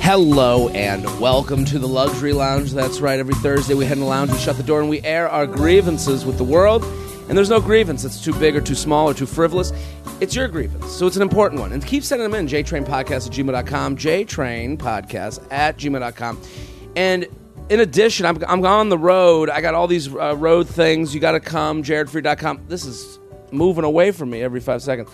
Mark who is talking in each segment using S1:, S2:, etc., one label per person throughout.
S1: Hello and welcome to the Luxury Lounge. That's right, every Thursday we head in the lounge, we shut the door, and we air our grievances with the world. And there's no grievance that's too big or too small or too frivolous. It's your grievance, so it's an important one. And keep sending them in, jtrainpodcast at gmail.com, jtrainpodcast at gmail.com. And in addition, I'm, I'm on the road. I got all these uh, road things. You got to come, jaredfree.com. This is moving away from me every five seconds.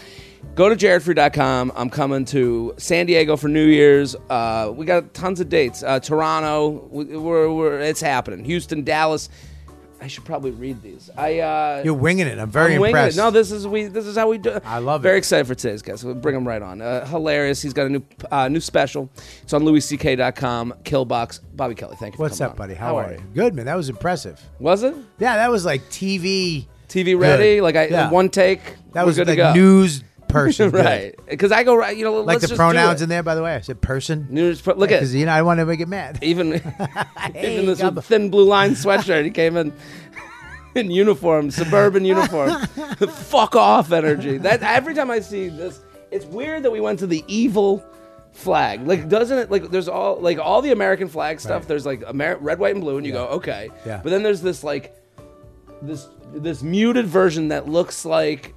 S1: Go to jaredfree.com. I'm coming to San Diego for New Year's. Uh, we got tons of dates. Uh, Toronto, we- we're, we're, it's happening. Houston, Dallas. I should probably read these. I uh,
S2: You're winging it. I'm very
S1: I'm winging it.
S2: impressed.
S1: No, this is we. This is how we do.
S2: I love it.
S1: Very excited for today's guest. We'll bring him right on. Uh, hilarious. He's got a new uh, new special. It's on louisck.com. Killbox. Bobby Kelly. Thank you. For
S2: What's
S1: coming
S2: up,
S1: on.
S2: buddy? How, are, you? Good, man. That was impressive.
S1: Was it
S2: Yeah, that was like TV.
S1: TV ready?
S2: Good.
S1: Like I
S2: Yeah.
S1: one take.
S2: That
S1: we're
S2: was
S1: good
S2: like
S1: to go.
S2: news person. good.
S1: right? Because I go right. You know,
S2: Like
S1: let's
S2: the
S1: just
S2: pronouns
S1: do it.
S2: in there, by the way. I said person.
S1: news. pro- Look at
S2: Because, you know, I don't want to get mad.
S1: even
S2: Hey,
S1: even this
S2: Gabba.
S1: thin blue line sweatshirt. He came in in uniform, suburban uniform. Fuck off energy. That every time I see this, it's weird that we went to the evil flag. Like, doesn't it? Like, there's all like all the American flag stuff.
S2: Right.
S1: There's like Amer- red, white, and blue, and you go okay.
S2: Yeah.
S1: But then there's this like this this muted version that looks like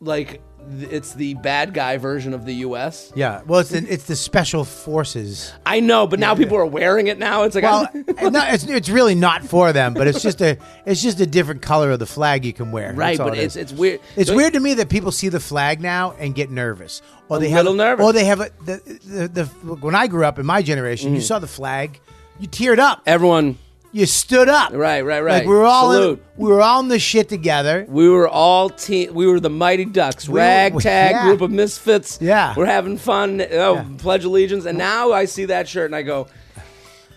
S1: like th- it's the bad guy version of the U.S.
S2: Yeah. Well, it's the, it's the special forces.
S1: I know, but now people are wearing it. Now it's like
S2: Well,
S1: I'm-
S2: and no, it's, it's really not for them, but it's just a it's just a different color of the flag you can wear. That's
S1: right,
S2: all
S1: but
S2: it
S1: it's
S2: is.
S1: it's weird.
S2: It's
S1: Don't-
S2: weird to me that people see the flag now and get nervous, or they
S1: little
S2: have,
S1: nervous.
S2: or they have a, the, the, the look, when I grew up in my generation,
S1: Mm-hmm.
S2: you saw the flag, you teared up,
S1: Everyone,
S2: you stood up,
S1: Right, right, right.
S2: Like we were all in,
S1: Salute.
S2: we were all in the shit together.
S1: we were all team. We were the Mighty Ducks,
S2: were-
S1: ragtag
S2: yeah.
S1: group of misfits.
S2: Yeah.
S1: we're having fun. Oh, pledge allegiance. And now I see that shirt and I go,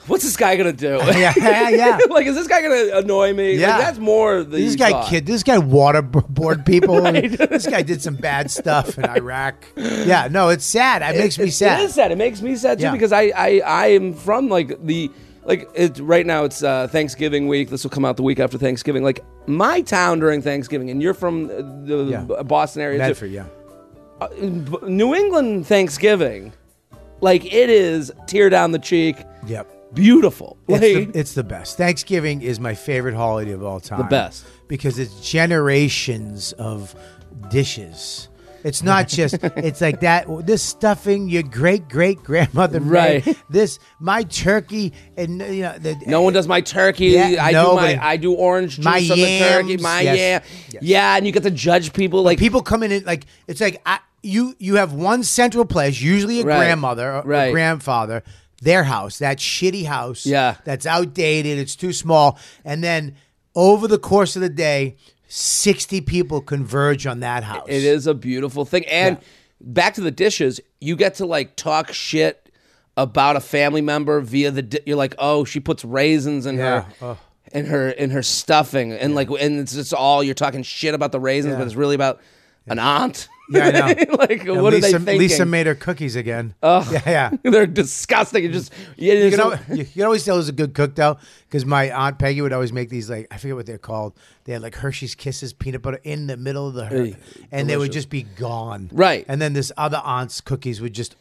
S1: "What's this guy gonna do?
S2: Yeah, yeah, yeah.
S1: like, is this guy gonna annoy me? Like,
S2: Yeah.
S1: that's more the
S2: This guy
S1: thought.
S2: kid, this guy waterboard people. This guy did some bad stuff in Iraq. Yeah, no, it's sad. It, makes me sad.
S1: It is sad. It makes me sad too
S2: Yeah.
S1: because I, I I am from like the like it right now it's uh, Thanksgiving week. This will come out the week after Thanksgiving. Like my town during Thanksgiving, and you're from the
S2: Yeah.
S1: B- Boston area. too.
S2: Medford, yeah.
S1: Uh, B- New England Thanksgiving, like it is tear down the cheek,
S2: Yep.
S1: beautiful. Like,
S2: It's the, it's the best. Thanksgiving is my favorite holiday of all time. The
S1: best.
S2: Because it's generations of dishes. It's not just it's like that this stuffing your great great grandmother made.
S1: Right.
S2: This my turkey and you know the,
S1: no one does my turkey.
S2: Yeah,
S1: I
S2: nobody.
S1: do my I do orange juice
S2: My
S1: on the turkey.
S2: yams,
S1: My
S2: yes,
S1: yam,
S2: yes.
S1: yeah, and you get to judge people like
S2: people come in and like it's like I, you you have one central place, usually a
S1: Right.
S2: grandmother or, or
S1: Right.
S2: grandfather, their house, that shitty house,
S1: Yeah.
S2: that's outdated, it's too small, and then over the course of the day, sixty people converge on that house.
S1: It is a beautiful thing. And back to the dishes, you get to like talk shit about a family member via the. Di- you're like, oh, she puts raisins in
S2: Yeah,
S1: her.
S2: oh.
S1: In her in her stuffing and like and it's just all you're talking shit about the raisins,
S2: Yeah.
S1: but it's really about an aunt.
S2: Yeah, I know.
S1: like
S2: And
S1: what
S2: Lisa,
S1: are they thinking?
S2: Lisa made her cookies again. Oh, yeah, yeah.
S1: They're disgusting. It just yeah,
S2: You can, always, you can always tell it was a good cook though, because my aunt Peggy would always make these like I forget what they're called. They had like Hershey's Kisses peanut butter in the middle of the, her- and they would just be gone.
S1: Right.
S2: And then this other aunt's cookies would just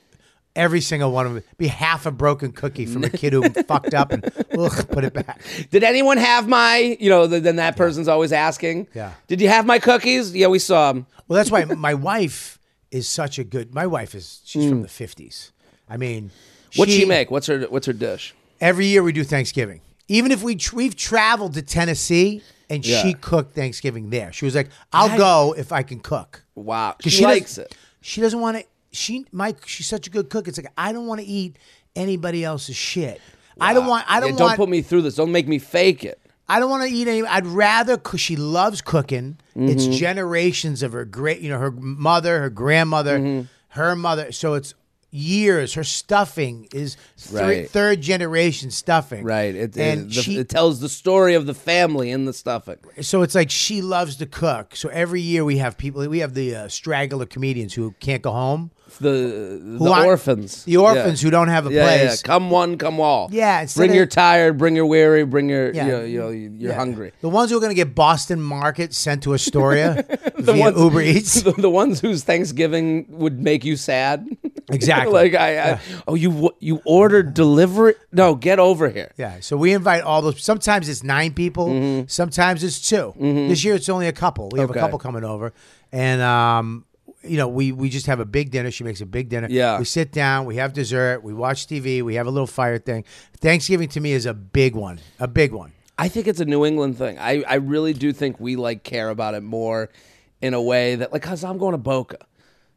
S2: every single one of them would be half a broken cookie from a kid who fucked up and ugh, put it back.
S1: Did anyone have my? You know, th- then that person's always asking.
S2: Yeah.
S1: Did you have my cookies? Yeah, we saw them.
S2: Well, that's why my wife is such a good. My wife is she's from the fifties. I mean,
S1: Hmm. What'd she make? What's her What's her dish?
S2: Every year we do Thanksgiving. Even if we tr- we've traveled to Tennessee and
S1: Yeah.
S2: she cooked Thanksgiving there. She was like, "I'll go if I can cook."
S1: Wow,
S2: 'Cause
S1: she likes
S2: doesn't-
S1: it.
S2: She doesn't want to. She Mike. She's such a good cook. It's like I don't want to eat anybody else's shit. I don't want. I
S1: Yeah,
S2: don't
S1: don't
S2: want.
S1: put me through this. Don't make me fake it.
S2: I don't want to eat any. I'd rather because she loves cooking.
S1: Mm-hmm.
S2: It's generations of her great, you know, her mother, her grandmother,
S1: Mm-hmm.
S2: her mother. So it's years. Her stuffing is three,
S1: Right.
S2: third generation stuffing.
S1: Right. It,
S2: and
S1: it, the-
S2: she,
S1: it tells the story of the family in the stuffing.
S2: so it's like she loves to cook. So every year we have people. We have the uh, straggler comedians who can't go home.
S1: The, the
S2: Who aren't-
S1: orphans.
S2: The orphans who don't have a
S1: yeah. yeah, yeah.
S2: place.
S1: Come one, come all.
S2: Yeah, instead
S1: Bring
S2: of-
S1: your tired, bring your weary, bring your,
S2: Yeah.
S1: you know, you know you're
S2: Yeah.
S1: hungry.
S2: The ones who are going to get Boston Market sent to Astoria via
S1: ones-
S2: Uber Eats.
S1: The, the ones whose Thanksgiving would make you sad.
S2: Exactly.
S1: like I, I oh you w- you ordered delivery? No, get over here.
S2: Yeah, so we invite all those. Sometimes it's nine people, sometimes it's 2 This year it's only a couple. We have
S1: Mm-hmm. Okay.
S2: a couple coming over, and um, you know, we we just have a big dinner. She makes a big dinner.
S1: Yeah.
S2: we sit down, we have dessert, we watch TV, we have a little fire thing. Thanksgiving to me is a big one, a big one.
S1: I think it's a New England thing. I, I really do think we like care about it more in a way that like cuz I'm going to Boca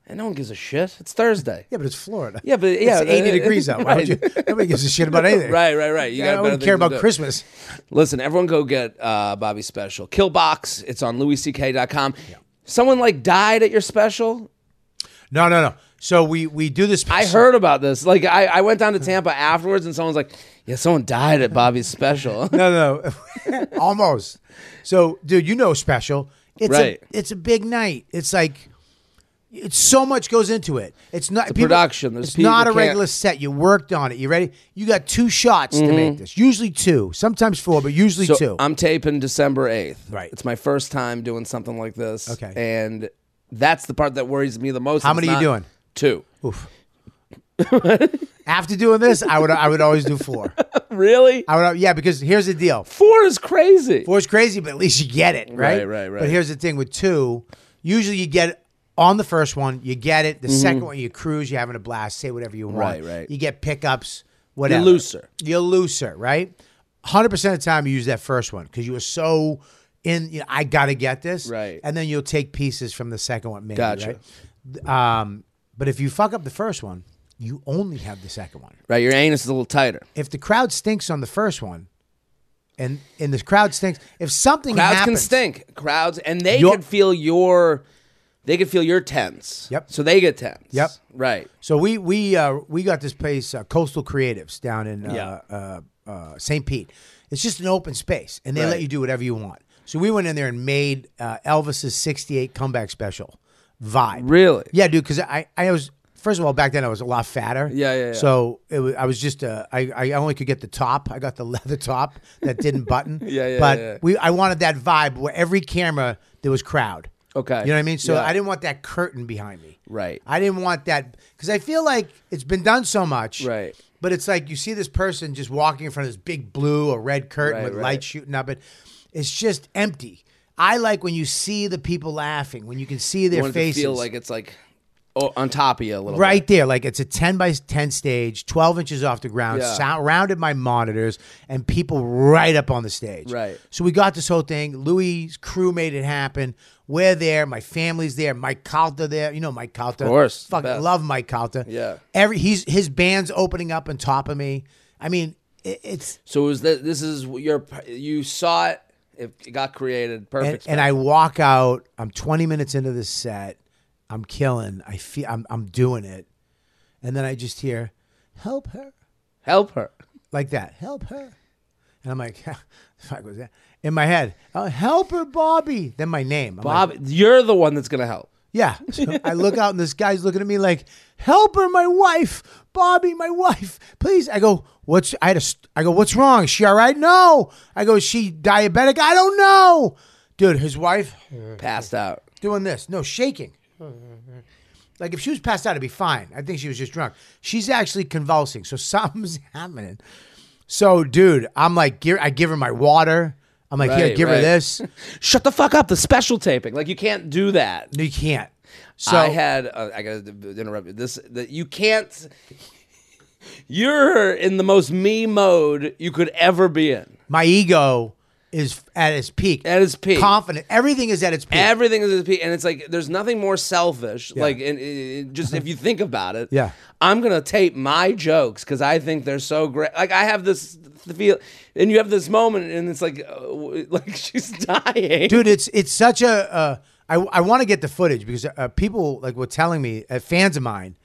S1: and no one gives a shit. It's Thursday.
S2: Yeah, but it's Florida.
S1: Yeah, but- yeah,
S2: it's eighty
S1: uh,
S2: degrees out. Why would you,
S1: right.
S2: nobody gives a shit about anything.
S1: Right, right, right. You
S2: I
S1: got
S2: don't
S1: better
S2: care
S1: things to
S2: about
S1: do.
S2: Christmas.
S1: Listen, everyone go get uh, Bobby's special. Kill Box. It's on louisck.com. Someone like died at your special?
S2: No, no, no. So we we do this.
S1: I heard about this. Like I, I went down to Tampa afterwards and someone's like, "Yeah, someone died at Bobby's special."
S2: no, no, almost. So, dude, you know, special. It's
S1: Right.
S2: a it's a big night. It's like it's so much goes into it. It's not people-
S1: production. There's
S2: it's
S1: people
S2: not a
S1: can't-
S2: regular set. You worked on it. You ready? You got two shots to make this. Usually two, sometimes four, but usually
S1: Mm-hmm. So
S2: two.
S1: I'm taping December 8th.
S2: Right.
S1: It's my first time doing something like this.
S2: Okay.
S1: And that's the part that worries me the most.
S2: How
S1: It's
S2: many you
S1: not-
S2: doing?
S1: Two.
S2: Oof. After doing this, I would I would always do four.
S1: Really?
S2: I would yeah because here's the deal.
S1: Four is crazy.
S2: Four's crazy, but at least you get it, right?
S1: Right, right, right.
S2: But here's the thing with two, usually you get it on the first one, you get it. The second one, you cruise, you're having a blast, say whatever you want.
S1: Mm-hmm. Right, right.
S2: You get pickups, whatever.
S1: looser.
S2: You're looser, right? 100% of the time you use that first one because you were so in, you know, I got to get this.
S1: Right.
S2: And then you'll take pieces from the second one, maybe.
S1: Gotcha.
S2: Right? Um, but if you fuck up the first one, you only have the second one
S1: Right. Your anus is a little tighter.
S2: if the crowd stinks on the first one, and and the crowd stinks, if something
S1: Crowds
S2: happens,
S1: can stink. Crowds, and they
S2: Your-
S1: can feel your, they can feel your tense.
S2: Yep.
S1: So they get tense.
S2: Yep.
S1: Right.
S2: So we we uh, we got this place, uh, Coastal Creatives, down in uh,
S1: Yeah.
S2: uh, uh, St. Pete. It's just an open space, and they
S1: Right.
S2: let you do whatever you want. So we went in there and made uh, Elvis's '68 comeback special vibe.
S1: Really?
S2: Yeah, dude. Because I I was first of all back then I was a lot fatter.
S1: Yeah, yeah, yeah.
S2: So it was, I was just uh, I I only could get the top. I got the leather top that didn't button.
S1: Yeah, yeah,
S2: But
S1: yeah.
S2: we I wanted that vibe where every camera there was crowd.
S1: Okay.
S2: You know what I mean? So
S1: Yeah.
S2: I didn't want that curtain behind me.
S1: Right.
S2: I didn't want that because I feel like it's been done so much.
S1: Right.
S2: But it's like you see this person just walking in front of this big blue or red curtain
S1: Right,
S2: with
S1: right.
S2: lights shooting up it. It's just empty. I like when you see the people laughing, when you can see their
S1: You want it to
S2: faces.
S1: feel like it's like, oh, on top of you a little.
S2: Right there, like it's a ten by ten stage, twelve inches off the ground,
S1: Yeah.
S2: sound, rounded by monitors, and people right up on the stage.
S1: Right.
S2: So we got this whole thing. Louis' crew made it happen. We're there. My family's there. Mike Calta there. You know Mike Calta. Of
S1: course, the
S2: Fuck,
S1: best.
S2: love Mike Calta.
S1: Yeah.
S2: Every he's his band's opening up on top of me. I mean, it, it's
S1: So is that this is your you saw it? It got created.
S2: and,
S1: Perfect.
S2: and I walk out. I'm 20 minutes into this set. I'm killing. I feel I'm I'm doing it, and then I just hear, "Help her."
S1: Help her.
S2: like that. Help her. And I'm like, the fuck was that? In my head, oh, help her, Bobby. Then my name. I'm like,
S1: Bob, you're the one that's gonna help.
S2: yeah. So I look out and this guy's looking at me like, help her, my wife. Bobby, my wife. Please. I go, what's, I had a, st- I go, what's wrong? Is she all right? No. I go, is she diabetic? I don't know. Dude, his wife
S1: Passed out.
S2: doing this. No, shaking. Like if she was passed out, it'd be fine. I think she was just drunk. She's actually convulsing, so something's happening. So, dude, I'm like, give, I give her my water. I'm like, here,
S1: Right,
S2: give
S1: right.
S2: her this.
S1: Shut the fuck up. The special taping. Like you can't do that.
S2: No, you can't. So
S1: I had. Uh, I gotta d- interrupt you. This that you can't. You're in the most me mode you could ever be in.
S2: my ego is at its peak.
S1: At its peak.
S2: Confident. Everything is at its peak.
S1: Everything is at its peak, and it's like there's nothing more selfish. Like, and, and- and just if you think about it,
S2: Yeah.
S1: I'm gonna tape my jokes because I think they're so great. Like, I have this feel, and you have this moment, and it's like, uh, w- like she's dying.
S2: dude it's it's such a uh, i, I want to get the footage because uh, people like were telling me uh, fans of mine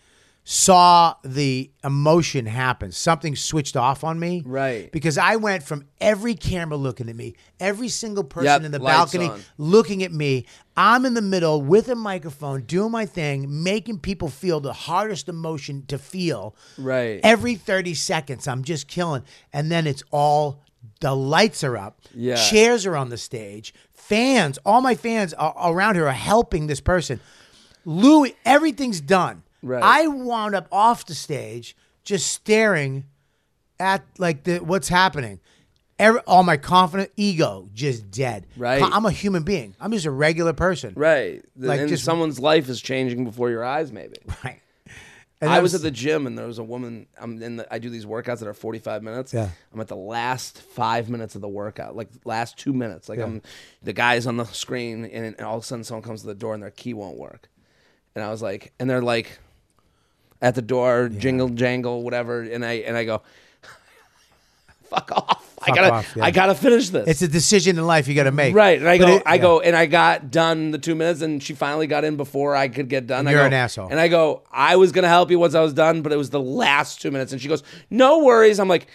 S2: saw the emotion happen something switched off on me
S1: Right.
S2: because i went from every camera looking at me every single person
S1: Yep,
S2: in the
S1: lights
S2: balcony
S1: on.
S2: looking at me i'm in the middle with a microphone doing my thing making people feel the hardest emotion to feel
S1: Right.
S2: every 30 seconds i'm just killing and then it's all the lights are up
S1: Yeah.
S2: chairs are on the stage fans all my fans are, around here are helping this person louis everything's done
S1: Right.
S2: I wound up off the stage just staring at like the what's happening. Every, all my confident ego just dead.
S1: Right.
S2: I'm a human being. I'm just a regular person.
S1: Right.
S2: Like,
S1: and
S2: just-
S1: someone's life is changing before your eyes, maybe.
S2: Right. And
S1: I was at the gym and there was a woman. I'm in the, I do these workouts that are 45 minutes.
S2: Yeah.
S1: I'm at the last five minutes of the workout, like last two minutes. Like I'm, the guy's on the screen and, and all of a sudden someone comes to the door and their key won't work, and I was like, and they're like, at the door, jingle jangle, whatever, and I and I go, fuck off. I
S2: Fuck
S1: gotta
S2: off, yeah.
S1: I gotta finish this.
S2: It's a decision in life you got to make.
S1: Right, and I
S2: But
S1: go,
S2: it-
S1: I
S2: yeah.
S1: go, and I got done the two minutes, and she finally got in before I could get done. I
S2: you're
S1: go-
S2: an asshole.
S1: And I go, I was gonna help you once I was done, but it was the last two minutes, and she goes, "No worries." I'm like,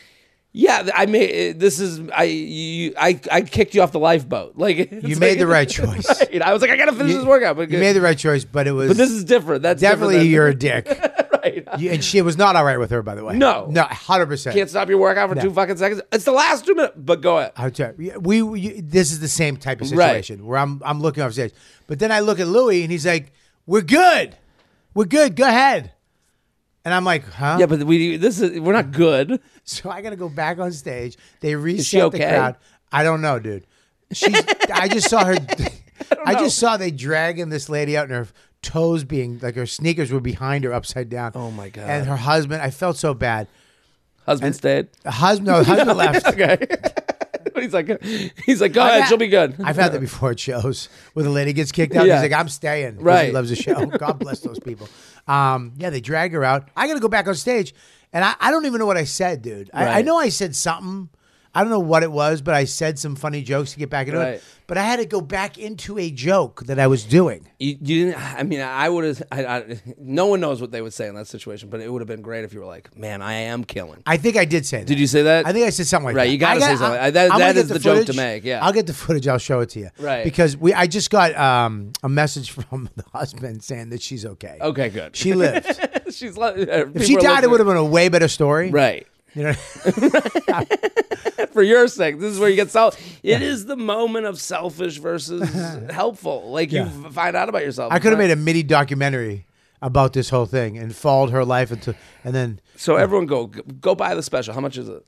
S1: "Yeah, th- I made this is I you I I kicked you off the lifeboat. Like
S2: You made the right choice.
S1: right. I was like, I gotta finish this workout, but,
S2: You made the right choice, but it was
S1: but this is different. That's
S2: definitely you're
S1: different
S2: a dick.
S1: than, right.
S2: You- and she was not all right with her, by the way.
S1: No.
S2: no, hundred percent.
S1: Can't stop your workout for two fucking seconds. It's the last two minutes, but go ahead.
S2: How ter- we, we you- this is the same type of
S1: Right.
S2: situation where I'm I'm looking off stage, but then I look at Louis and he's like, "We're good, we're good. Go ahead," and I'm like, "Huh?"
S1: Yeah, but we this is we're not good.
S2: So I got to go back on stage. They
S1: she
S2: reset the
S1: okay?
S2: crowd. I don't know, dude. She's, I just saw her. I, just saw they dragging this lady out, and her toes being like her sneakers were behind her upside down.
S1: Oh, my God.
S2: And her husband. I felt so bad.
S1: Husband stayed.
S2: The husband, no, the husband left.
S1: okay. he's like, he's like, go
S2: I've
S1: ahead,
S2: had-
S1: she'll be good.
S2: I've had that before at shows where the lady gets kicked out.
S1: Yeah.
S2: He's like, I'm staying. 'cause He
S1: Right.
S2: loves the show. God bless those people. Um, yeah, they drag her out. I got to go back on stage. And I, I don't even know what I said, dude. I, I
S1: Right.
S2: know I said something. I don't know what it was, but I said some funny jokes to get back into
S1: Right.
S2: it. But I had to go back into a joke that I was doing.
S1: you, you didn't. I mean, I would have. I, I, no one knows what they would say in that situation, but it would have been great if you were like, man, I am killing.
S2: I think I did say that.
S1: Did you say that?
S2: I think I said something like
S1: Right,
S2: that.
S1: you gotta
S2: I got-
S1: say something.
S2: I-
S1: I- that-
S2: I'm gonna
S1: that
S2: get
S1: is
S2: the
S1: the joke to
S2: footage.
S1: make, yeah.
S2: I'll get the footage. I'll show it to you.
S1: Right.
S2: Because we, I just got um, a message from the husband saying that she's okay.
S1: Okay, good.
S2: She lived.
S1: She's. uh, Like, if
S2: if she died, it would have been a way better story.
S1: Right.
S2: You know,
S1: For your sake, this is where you get self. It is the moment of selfish versus helpful. Like
S2: Yeah.
S1: you f- find out about yourself.
S2: I could have
S1: Right?
S2: made a mini documentary about this whole thing and followed her life into, and then
S1: So everyone, go go buy the special. How much is it?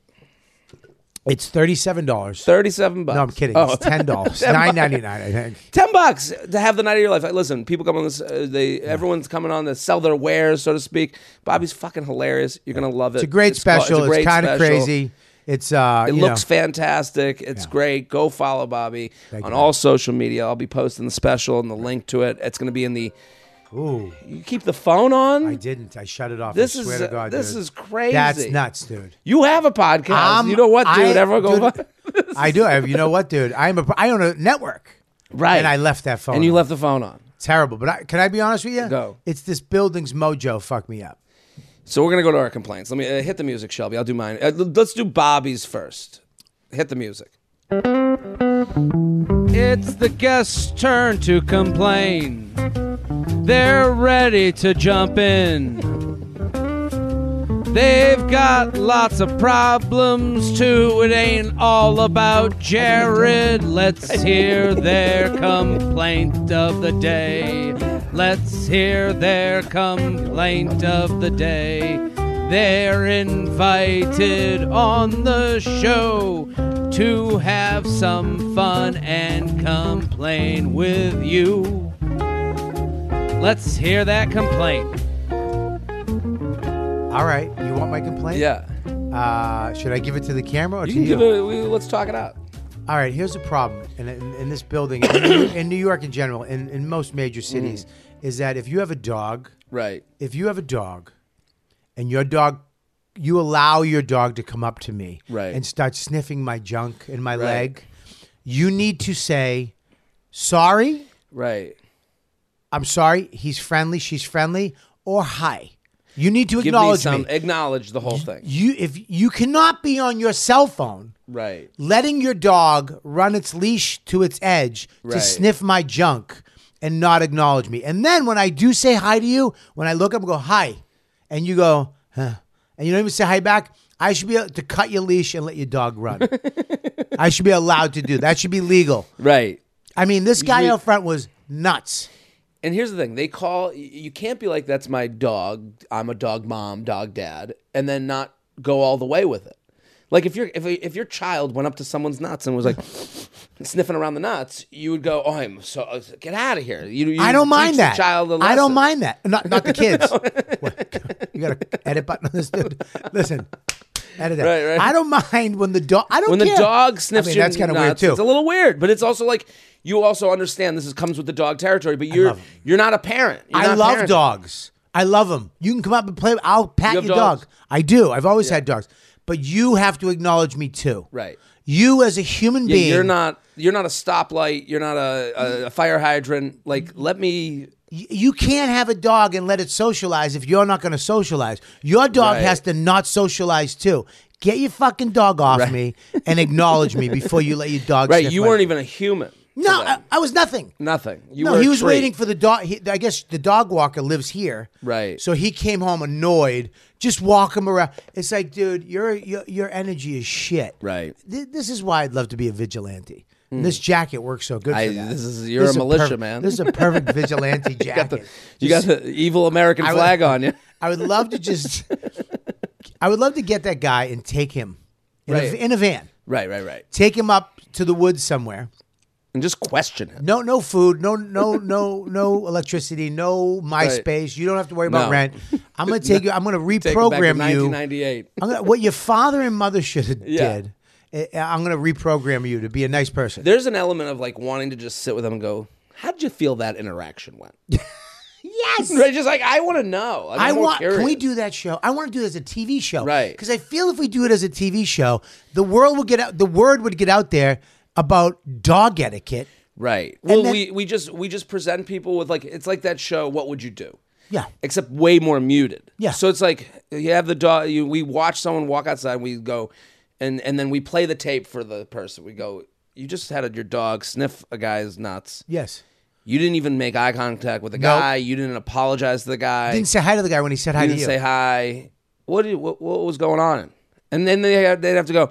S2: it's thirty-seven dollars.
S1: Thirty-seven bucks.
S2: No, I'm kidding.
S1: Oh.
S2: It's ten dollars, nine ninety-nine. I think.
S1: Ten bucks to have the night of your life. Like, listen, people come on this. Uh, they everyone's coming on to sell their wares, so to speak. Bobby's fucking hilarious. You're gonna love it.
S2: It's a great special. It's,
S1: great
S2: kind of
S1: special.
S2: crazy. It's uh,
S1: It
S2: you
S1: looks
S2: know,
S1: fantastic. It's great. Go follow Bobby
S2: Thank
S1: on
S2: you.
S1: all social media. I'll be posting the special and the link to it. It's gonna be in the.
S2: Ooh,
S1: You keep the phone on.
S2: I didn't. I shut it off.
S1: this
S2: I
S1: is uh,
S2: swear to God,
S1: this
S2: dude.
S1: is crazy.
S2: that's nuts, dude.
S1: You have a podcast.
S2: Um,
S1: you know what, dude?
S2: I-
S1: Everyone go.
S2: dude, I do. I, you know what, dude? I'm a. I own a network.
S1: Right.
S2: And I left that phone.
S1: and you
S2: on.
S1: left the phone on.
S2: terrible. But I, can I be honest with you?
S1: Go.
S2: It's this building's mojo. Fuck me up.
S1: So we're gonna go to our complaints. Let me uh, hit the music, Shelby. I'll do mine. Uh, l- let's do Bobby's first. Hit the music. It's the guest's turn to complain. They're ready to jump in. They've got lots of problems too. It ain't all about Jared. Let's hear their complaint of the day. Let's hear their complaint of the day. They're invited on the show to have some fun and complain with you. Let's hear that complaint.
S2: All right. You want my complaint?
S1: Yeah.
S2: Uh, should I give it to the camera or
S1: You
S2: to
S1: can
S2: you?
S1: give it. We, let's talk it out.
S2: All right, here's the problem in, in, in this building, in, New, in New York in general, in, in most major
S1: Mm.
S2: cities, is that if you have a dog,
S1: Right.
S2: if you have a dog and your dog, you allow your dog to come up to me
S1: Right.
S2: and start sniffing my junk and my leg, you need to say, sorry,
S1: Right.
S2: I'm sorry, he's friendly, she's friendly, or hi. You need to
S1: Give me
S2: acknowledge
S1: some.
S2: me.
S1: Acknowledge the whole thing.
S2: You, if you cannot be on your cell phone
S1: Right.
S2: letting your dog run its leash to its edge to
S1: Right.
S2: sniff my junk and not acknowledge me. And then when I do say hi to you, when I look up and go hi, and you go, huh, and you don't even say hi back, I should be able to cut your leash and let your dog run. I should be allowed to do that. Should be legal.
S1: Right.
S2: I mean, this guy
S1: You-
S2: out front was nuts.
S1: And here's the thing: they call y- you can't be like that's my dog. I'm a dog mom, dog dad, and then not go all the way with it. Like if your if, if your child went up to someone's nuts and was like sniffing around the nuts, you would go, "Oh, I'm so get out of here." You, you
S2: I don't mind
S1: teach the
S2: that.
S1: child a
S2: I
S1: lesson.
S2: don't mind that. Not not the kids. What? You got to edit button on this dude. Listen, edit that.
S1: Right, right.
S2: I don't mind when the dog. I don't.
S1: when the
S2: care.
S1: dog sniffs
S2: I mean,
S1: your
S2: that's kinda
S1: nuts,
S2: weird too.
S1: It's a little weird, but it's also like you also understand this is comes with the dog territory. But you're
S2: love 'em.
S1: you're not a parent. You're
S2: I
S1: not
S2: love
S1: parenting.
S2: dogs. I love them. You can come up and play. I'll pat
S1: You have
S2: your
S1: dogs?
S2: dog. I do. I've always had dogs, but you have to acknowledge me too.
S1: Right.
S2: You as a human
S1: Yeah,
S2: being.
S1: You're not you're not a stoplight. You're not a, a, a fire hydrant. Like let me.
S2: y- You can't have a dog and let it socialize if you're not going to socialize. Your dog
S1: Right.
S2: has to not socialize too. Get your fucking dog off me and acknowledge me before you let your dog.
S1: Right.
S2: sniff
S1: You
S2: my-
S1: weren't even a human. to
S2: No,
S1: them.
S2: I, I was nothing.
S1: nothing. You
S2: no,
S1: were
S2: he
S1: a
S2: was
S1: treat.
S2: waiting for the dog. He, I guess the dog walker lives here,
S1: Right.
S2: So he came home annoyed. Just walk him around. It's like, dude, your your, your energy is shit.
S1: Right. Hmm.
S2: Th- this is why I'd love to be a vigilante. And This jacket works so good.
S1: I-
S2: for that.
S1: this is- you're a
S2: is
S1: militia,
S2: perfect-
S1: man.
S2: This is a perfect vigilante jacket.
S1: You got the evil American
S2: I would-
S1: flag on you.
S2: I would love to just. I would love to get that guy and take him in,
S1: Right.
S2: a, in a van.
S1: Right. Right. Right.
S2: Take him up to the woods somewhere.
S1: And just question him.
S2: No, no food, no, no, no, no electricity, no MySpace. You don't have to worry about
S1: No.
S2: rent. I'm gonna take you. I'm gonna
S1: Take him back to
S2: reprogram you.
S1: 1998.
S2: I'm gonna, what your father and mother should have
S1: Yeah.
S2: did. eh, I'm gonna reprogram you to be a nice person.
S1: There's an element of like wanting to just sit with them and go, "How did you feel that interaction went?"
S2: yes.
S1: Right, just like I want to know. I'm
S2: I
S1: more
S2: want. Can we
S1: curious.
S2: do that show? I want to do it as a TV show,
S1: Right.
S2: Because I feel if we do it as a TV show, the world will get out. The word would get out there about dog etiquette.
S1: Right. Well,
S2: then-
S1: we we just we just present people with like it's like that show. What would you do?
S2: Yeah.
S1: Except way more muted.
S2: Yeah.
S1: So it's like you have the dog. You, we watch someone walk outside. and We go, and and then we play the tape for the person. We go. You just had your dog sniff a guy's nuts.
S2: Yes.
S1: You didn't even make eye contact with the
S2: Nope.
S1: guy. You didn't apologize to the guy.
S2: Didn't say hi to the guy when he said hi
S1: you
S2: to
S1: didn't
S2: you.
S1: say hi. What, did, what what was going on? And then they had, they'd have to go.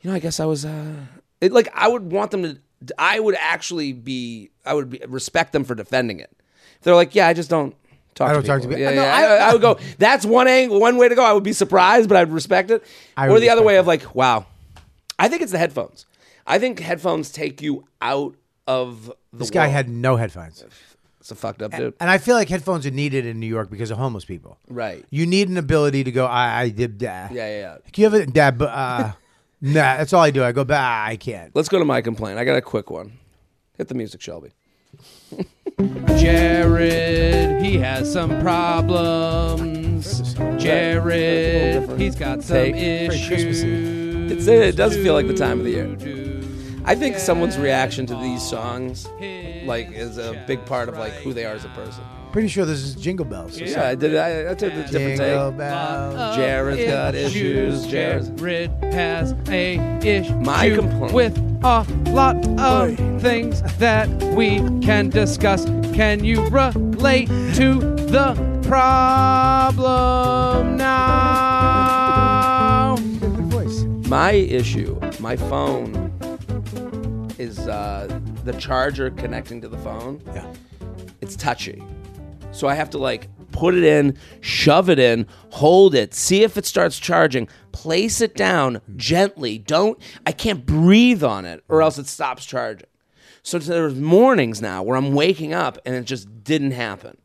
S1: You know, I guess I was. Uh, it, like I would want them to. I would actually be. I would be, respect them for defending it. If they're like, yeah, I just don't. Talk
S2: I don't
S1: to
S2: talk
S1: people.
S2: to
S1: Yeah,
S2: people. No,
S1: yeah.
S2: I-
S1: I, I would go. That's one angle, one way to go. I would be surprised, but I'd respect it.
S2: I
S1: or
S2: would
S1: the other
S2: respect
S1: way of like, wow. I think it's the headphones. I think headphones take you out of the.
S2: this guy had no headphones.
S1: It's a fucked up dude.
S2: And I feel like headphones are needed in New York because of homeless people.
S1: Right.
S2: You need an ability to go. I, I did that.
S1: Yeah, yeah, yeah.
S2: Can you ever that? but, Uh, nah, that's all I do. I go. Bah, I can't.
S1: Let's go to my complaint. I got a quick one. Hit the music, Shelby. Jared, he has some problems. Jared, he's got some issues. It's, it does feel like the time of the year. I think someone's reaction to these songs, like, is a big part of like who they are as a person.
S2: Pretty sure this is Jingle Bells. So
S1: Yeah, I did. I, I took a different
S2: Jingle
S1: take.
S2: Bells.
S3: Uh, Oh,
S1: Jared's got issues. Jared's
S3: Jared has a issue
S1: My complaint.
S3: with a lot of things that we can discuss. Can you relate to the problem now?
S2: Good voice.
S1: My issue, my phone is uh, the charger connecting to the phone.
S2: Yeah.
S1: It's touchy. So I have to like put it in, shove it in, hold it, see if it starts charging, place it down gently. Don't I can't breathe on it or else it stops charging. So there's mornings now where I'm waking up and it just didn't happen.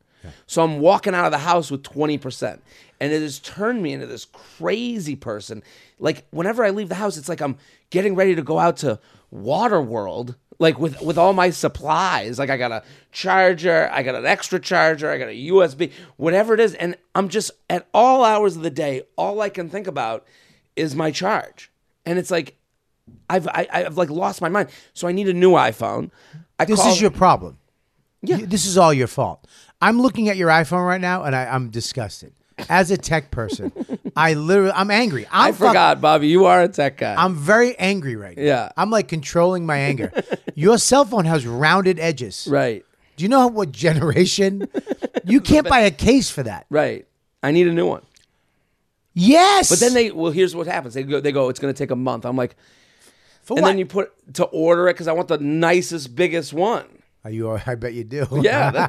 S1: So I'm walking out of the house with 20%. And it has turned me into this crazy person. Like whenever I leave the house, it's like I'm getting ready to go out to Waterworld, like with with all my supplies. Like I got a charger, I got an extra charger, I got a USB, whatever it is. And I'm just at all hours of the day, all I can think about is my charge. And it's like I've I, I've like lost my mind. So I need a new iPhone. I
S2: This
S1: call-
S2: is your problem. Yeah. This is all your fault. I'm looking at your iPhone right now, and I, I'm disgusted. As a tech person, I literally, I'm angry.
S1: I
S2: I'm
S1: forgot, Bobby. You are a tech guy.
S2: I'm very angry right now.
S1: Yeah.
S2: I'm like controlling my anger. Your cell phone has rounded edges.
S1: right,
S2: Do you know what generation? You can't buy a case for that.
S1: right. I need a new one.
S2: Yes.
S1: But then they well, here's what happens. They go, they go. It's going to take a month. I'm like,
S2: for
S1: and
S2: what?
S1: then you put to order it because I want the nicest, biggest one.
S2: Are you? all- I bet you do.
S1: Yeah,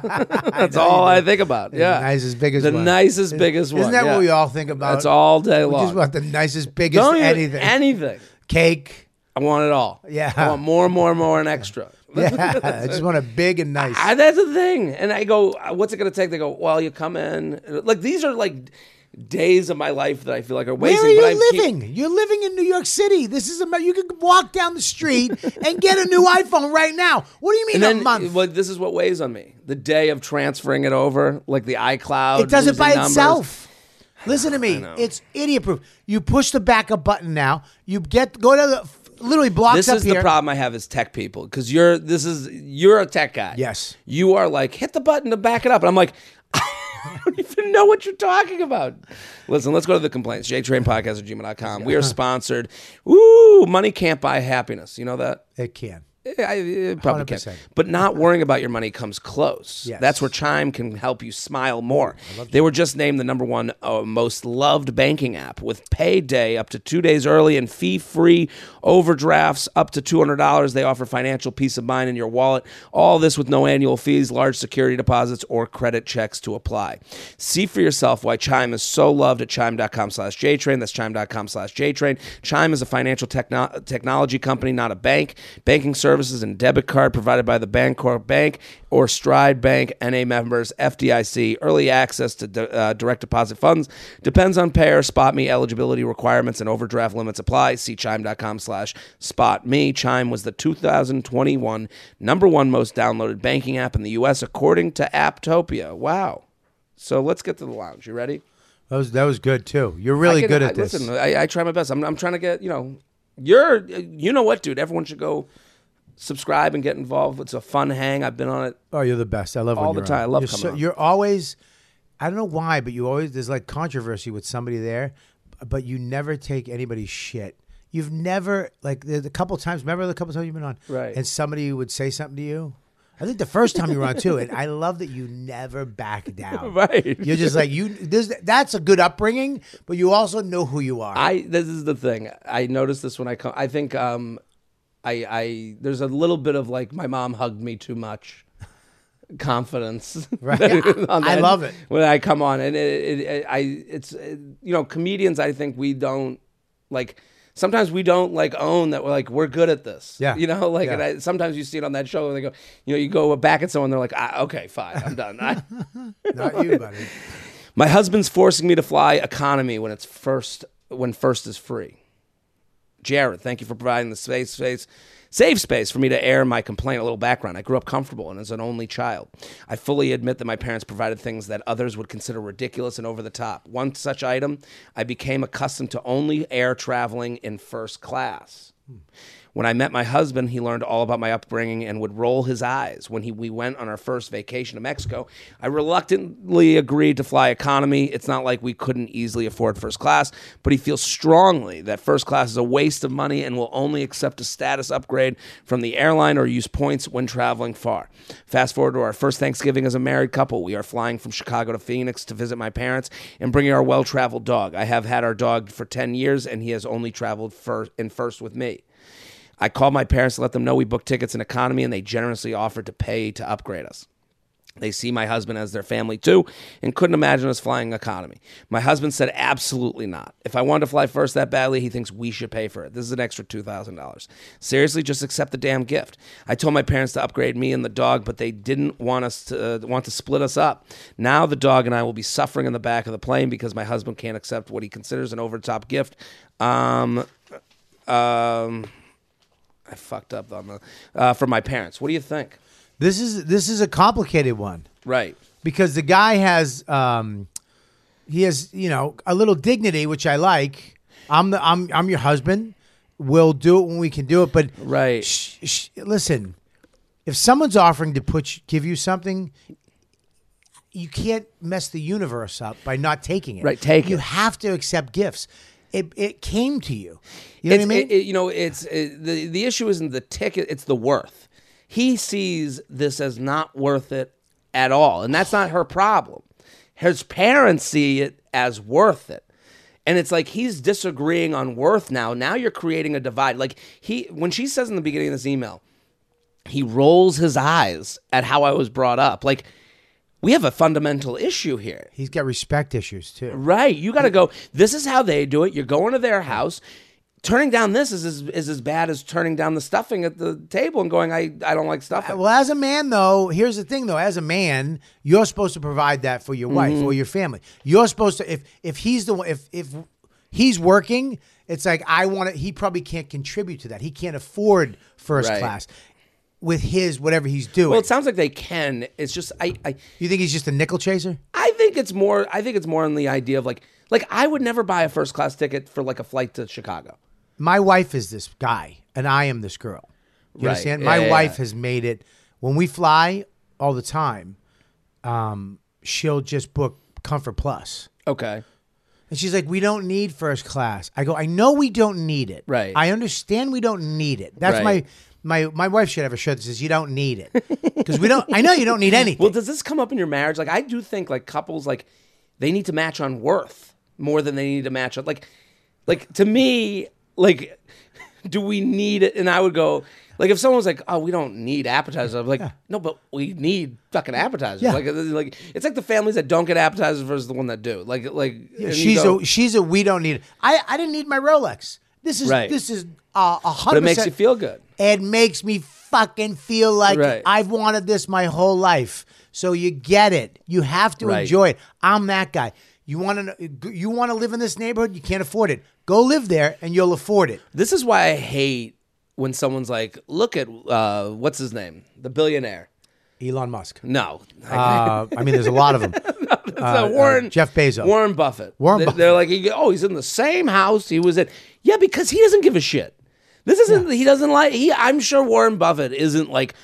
S1: that's all I think about. Yeah,
S2: the nicest, biggest.
S1: the
S2: one.
S1: nicest, biggest
S2: Isn't
S1: one.
S2: that
S1: yeah.
S2: what we all think about?
S1: That's all day
S2: We
S1: long.
S2: just want the nicest, biggest
S1: Don't even-
S2: anything.
S1: anything.
S2: Cake.
S1: I want it all.
S2: Yeah.
S1: I want more, more, more, and extra.
S2: Yeah, I just want a big and nice.
S1: I, that's the thing. And I go, uh, what's it going to take? They go, well, you come in. Like these are like days of my life that I feel like are
S2: Where
S1: wasting.
S2: are you
S1: but I'm keep-
S2: living? You're living in New York City. This is a. You could walk down the street and get a new iPhone right now. What do you mean
S1: and
S2: a
S1: then,
S2: month?
S1: well, this is what weighs on me: the day of transferring it over, like the iCloud.
S2: It does it
S1: losing
S2: by
S1: numbers.
S2: itself. Listen to me. It's idiot proof. You push the backup button now. You get go to the f- literally blocks
S1: This
S2: up
S1: is
S2: here.
S1: the problem I have as tech people because you're this is you're a tech guy.
S2: Yes.
S1: you are like hit the button to back it up, and I'm like. I don't even know what you're talking about. Listen, let's go to the complaints. JTrainPodcast at gmail.com. We are sponsored. Ooh, money can't buy happiness. You know that?
S2: It can.
S1: Eh, I eh, probably can.
S2: 100%.
S1: But not worrying about your money comes close.
S2: Yes.
S1: That's where Chime can help you smile more. They were just named the number one uh, most loved banking app with payday up to two days early and fee free overdrafts up to $200. They offer financial peace of mind in your wallet. All this with no annual fees, large security deposits, or credit checks to apply. See for yourself why Chime is so loved at chime.com slash JTrain. That's chime.com slash JTrain. Chime is a financial techno- technology company, not a bank. Banking services and debit card provided by the Bancorp Bank or Stride Bank, NA members, FDIC. Early access to di- uh, direct deposit funds depends on payer. Spot me eligibility requirements and overdraft limits apply. See chime.com slash spot me. Chime was the 2021 number one most downloaded banking app in the U.S. according to Apptopia. Wow. So let's get to the lounge. You ready?
S2: That was that was good too. You're really
S1: I can-
S2: good at
S1: I-
S2: this.
S1: Listen, I, I try my best. I'm, I'm trying to get you know, you're you know what, dude. Everyone should go subscribe and get involved. It's a fun hang. I've been on it.
S2: oh, you're the best. I love when
S1: All the
S2: you're
S1: time.
S2: on.
S1: I love
S2: you're
S1: coming on.
S2: You're always. I don't know why, but you always there's like controversy with somebody there, but you never take anybody's shit. You've never like there's a couple times. Remember the couple times you've been on,
S1: Right.
S2: And somebody would say something to you. I think the first time you were on too, and I love that you never back down.
S1: Right.
S2: You're just like you. This, that's a good upbringing, but you also know who you are.
S1: I this is the thing. I noticed this when I come. I think um, I I there's a little bit of like my mom hugged me too much. Confidence,
S2: Right.
S1: on
S2: I
S1: that
S2: love it.
S1: when I come on, and it, it, it I it's it, you know comedians. I think we don't like sometimes we don't like own that we're like we're good at this.
S2: Yeah.
S1: you know, like
S2: Yeah.
S1: and I, sometimes you see it on that show and they go, you know, you go back at someone, they're like, ah, okay, fine, I'm done. I,
S2: Not you, buddy.
S1: my husband's forcing me to fly economy when it's first when first is free. Jared, thank you for providing the space space safe space for me to air my complaint a little background. I grew up comfortable and as an only child. I fully admit that my parents provided things that others would consider ridiculous and over the top. One such item, I became accustomed to only air traveling in first class. When I met my husband, he learned all about my upbringing and would roll his eyes. When he, we went on our first vacation to Mexico, I reluctantly agreed to fly economy. It's not like we couldn't easily afford first class, but he feels strongly that first class is a waste of money and will only accept a status upgrade from the airline or use points when traveling far. Fast forward to our first Thanksgiving as a married couple. We are flying from Chicago to Phoenix to visit my parents and bringing our well traveled dog. I have had our dog for 10 years and he has only traveled first and first with me. I called my parents to let them know we booked tickets in economy, and they generously offered to pay to upgrade us. They see my husband as their family too and couldn't imagine us flying economy. My husband said, absolutely not. If I wanted to fly first that badly, he thinks we should pay for it. This is an extra $2,000. Seriously, just accept the damn gift. I told my parents to upgrade me and the dog, but they didn't want us to uh, want to split us up. Now the dog and I will be suffering in the back of the plane because my husband can't accept what he considers an over the top gift. Um, um, I fucked up on the uh, from my parents. What do you think?
S2: This is this is a complicated one.
S1: Right.
S2: because the guy has um he has you know a little dignity which i like i'm the i'm i'm your husband we'll do it when we can do it but
S1: Right.
S2: sh- sh- listen if someone's offering to put you- give you something you can't mess the universe up by not taking it
S1: Right, take
S2: you
S1: it.
S2: have to accept gifts it it came to you you know what i
S1: It's-
S2: mean
S1: it- it- you know, it's it, the the issue isn't the ticket; it's the worth. He sees this as not worth it at all, and that's not her problem. His parents see it as worth it, and it's like he's disagreeing on worth now. Now you're creating a divide. Like he, when she says in the beginning of this email, he rolls his eyes at how I was brought up. Like, we have a fundamental issue here.
S2: He's got respect issues too.
S1: Right. You got to go. This is how they do it. You're going to their house. Turning down this is as, is as bad as turning down the stuffing at the table and going, I, I don't like stuffing.
S2: Well, as a man though, here's the thing though, as a man, you're supposed to provide that for your wife
S1: Mm-hmm.
S2: or your family. You're supposed to if if he's the one if if he's working, it's like I want to he probably can't contribute to that. He can't afford first
S1: Right.
S2: class with his whatever he's doing.
S1: Well, it sounds like they can. It's just I, I
S2: you think he's just a nickel chaser?
S1: I think it's more I think it's more on the idea of like like I would never buy a first class ticket for like a flight to Chicago.
S2: my wife is this guy and I am this girl. You
S1: Right.
S2: understand?
S1: Yeah,
S2: my
S1: yeah,
S2: wife
S1: yeah.
S2: has made it when we fly all the time, um, she'll just book comfort plus.
S1: Okay.
S2: And she's like, We don't need first class. I go, I know we don't need it.
S1: Right.
S2: I understand we don't need it. That's
S1: Right.
S2: my my my wife should have a shirt that says you don't need it. Because we don't I know you don't need anything.
S1: Well, does this come up in your marriage? Like I do think like couples like they need to match on worth more than they need to match on like like to me like do we need it? And I would go like if someone was like, "Oh, we don't need appetizers," I'm like, "No, but we need fucking appetizers."
S2: Yeah.
S1: Like, uh, like it's like the families that don't get appetizers versus the one that do. Like, like and you
S2: she's
S1: go-
S2: a she's a we don't need it. I, I didn't need my Rolex. This is
S1: Right.
S2: this is uh, a
S1: but
S2: hundred
S1: it makes you
S2: percent-
S1: feel good.
S2: It makes me fucking feel like
S1: Right.
S2: I've wanted this my whole life. So you get it. You have to
S1: Right.
S2: enjoy it. I'm that guy. You want to you want to live in this neighborhood? You can't afford it. Go live there, and you'll afford it.
S1: This is why I hate when someone's like, "Look at uh, what's his name, the billionaire."
S2: Elon Musk.
S1: No,
S2: Uh, I mean, there's a lot of them.
S1: It's not Warren,
S2: Uh, Jeff Bezos.
S1: Warren Buffett.
S2: Warren
S1: They-
S2: Buffett.
S1: They're like, he- oh, he's in the same house he was in. Yeah, because he doesn't give a shit. This isn't. He doesn't like. He. I'm sure Warren Buffett isn't like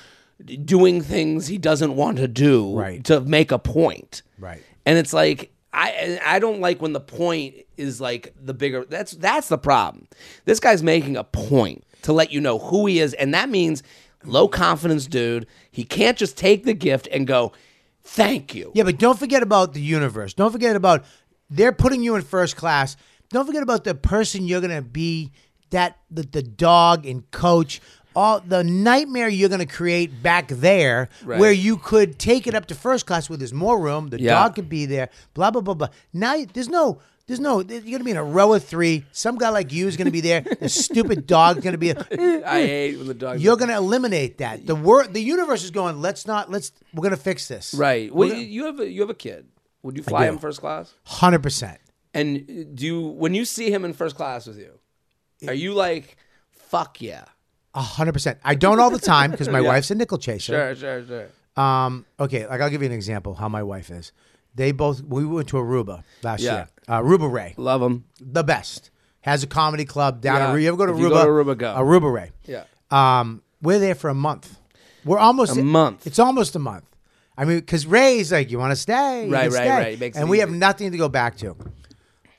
S1: doing things he doesn't want to do
S2: Right.
S1: to make a point.
S2: Right.
S1: And it's like I and I don't like when the point is like the bigger. That's that's the problem. This guy's making a point to let you know who he is, and that means low confidence, dude. He can't just take the gift and go. Thank you.
S2: Yeah, but don't forget about the universe. Don't forget about they're putting you in first class. Don't forget about the person you're gonna be. That the, the dog and coach. All the nightmare you're going to create back there,
S1: Right.
S2: where you could take it up to first class, where there's more room, the
S1: Yeah.
S2: dog could be there, blah blah blah blah. Now you- there's no, there's no, you're going to be in a row of three. Some guy like you is going to be there. The stupid dog's going to be. there.
S1: I hate when the dog.
S2: You're going to eliminate that. The word, the universe is going. Let's not. Let's. We're going to fix this.
S1: Right. Well, you- you have a, you have a kid. Would you fly
S2: do.
S1: him first class?
S2: Hundred percent.
S1: And do you, when you see him in first class with you, are you like, fuck yeah,
S2: A hundred percent. I don't all the time because my wife's a nickel chaser.
S1: sure, sure, sure.
S2: Um, okay, like I'll give you an example how my wife is. They both we went to Aruba last
S1: Yeah.
S2: year. Uh, Aruba Ray,
S1: Love him.
S2: the best, has a comedy club down.
S1: Yeah.
S2: Aruba. You ever go to
S1: If
S2: Aruba?
S1: you go to Aruba, go.
S2: Aruba Ray.
S1: Yeah.
S2: Um, we're there for a month. We're almost
S1: A month.
S2: It's almost a month. I mean, because Ray's like, you want to stay, You
S1: Right,
S2: can
S1: right,
S2: stay."
S1: right. Makes it
S2: and we have
S1: easy.
S2: nothing to go back to.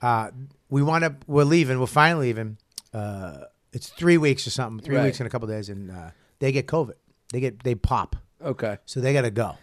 S2: Uh, we want to. We're leaving. We're finally leaving. Uh, it's three weeks or something. Three
S1: Right.
S2: weeks and a couple days, and uh, they get COVID. They get they pop,
S1: Okay.
S2: so they got to go.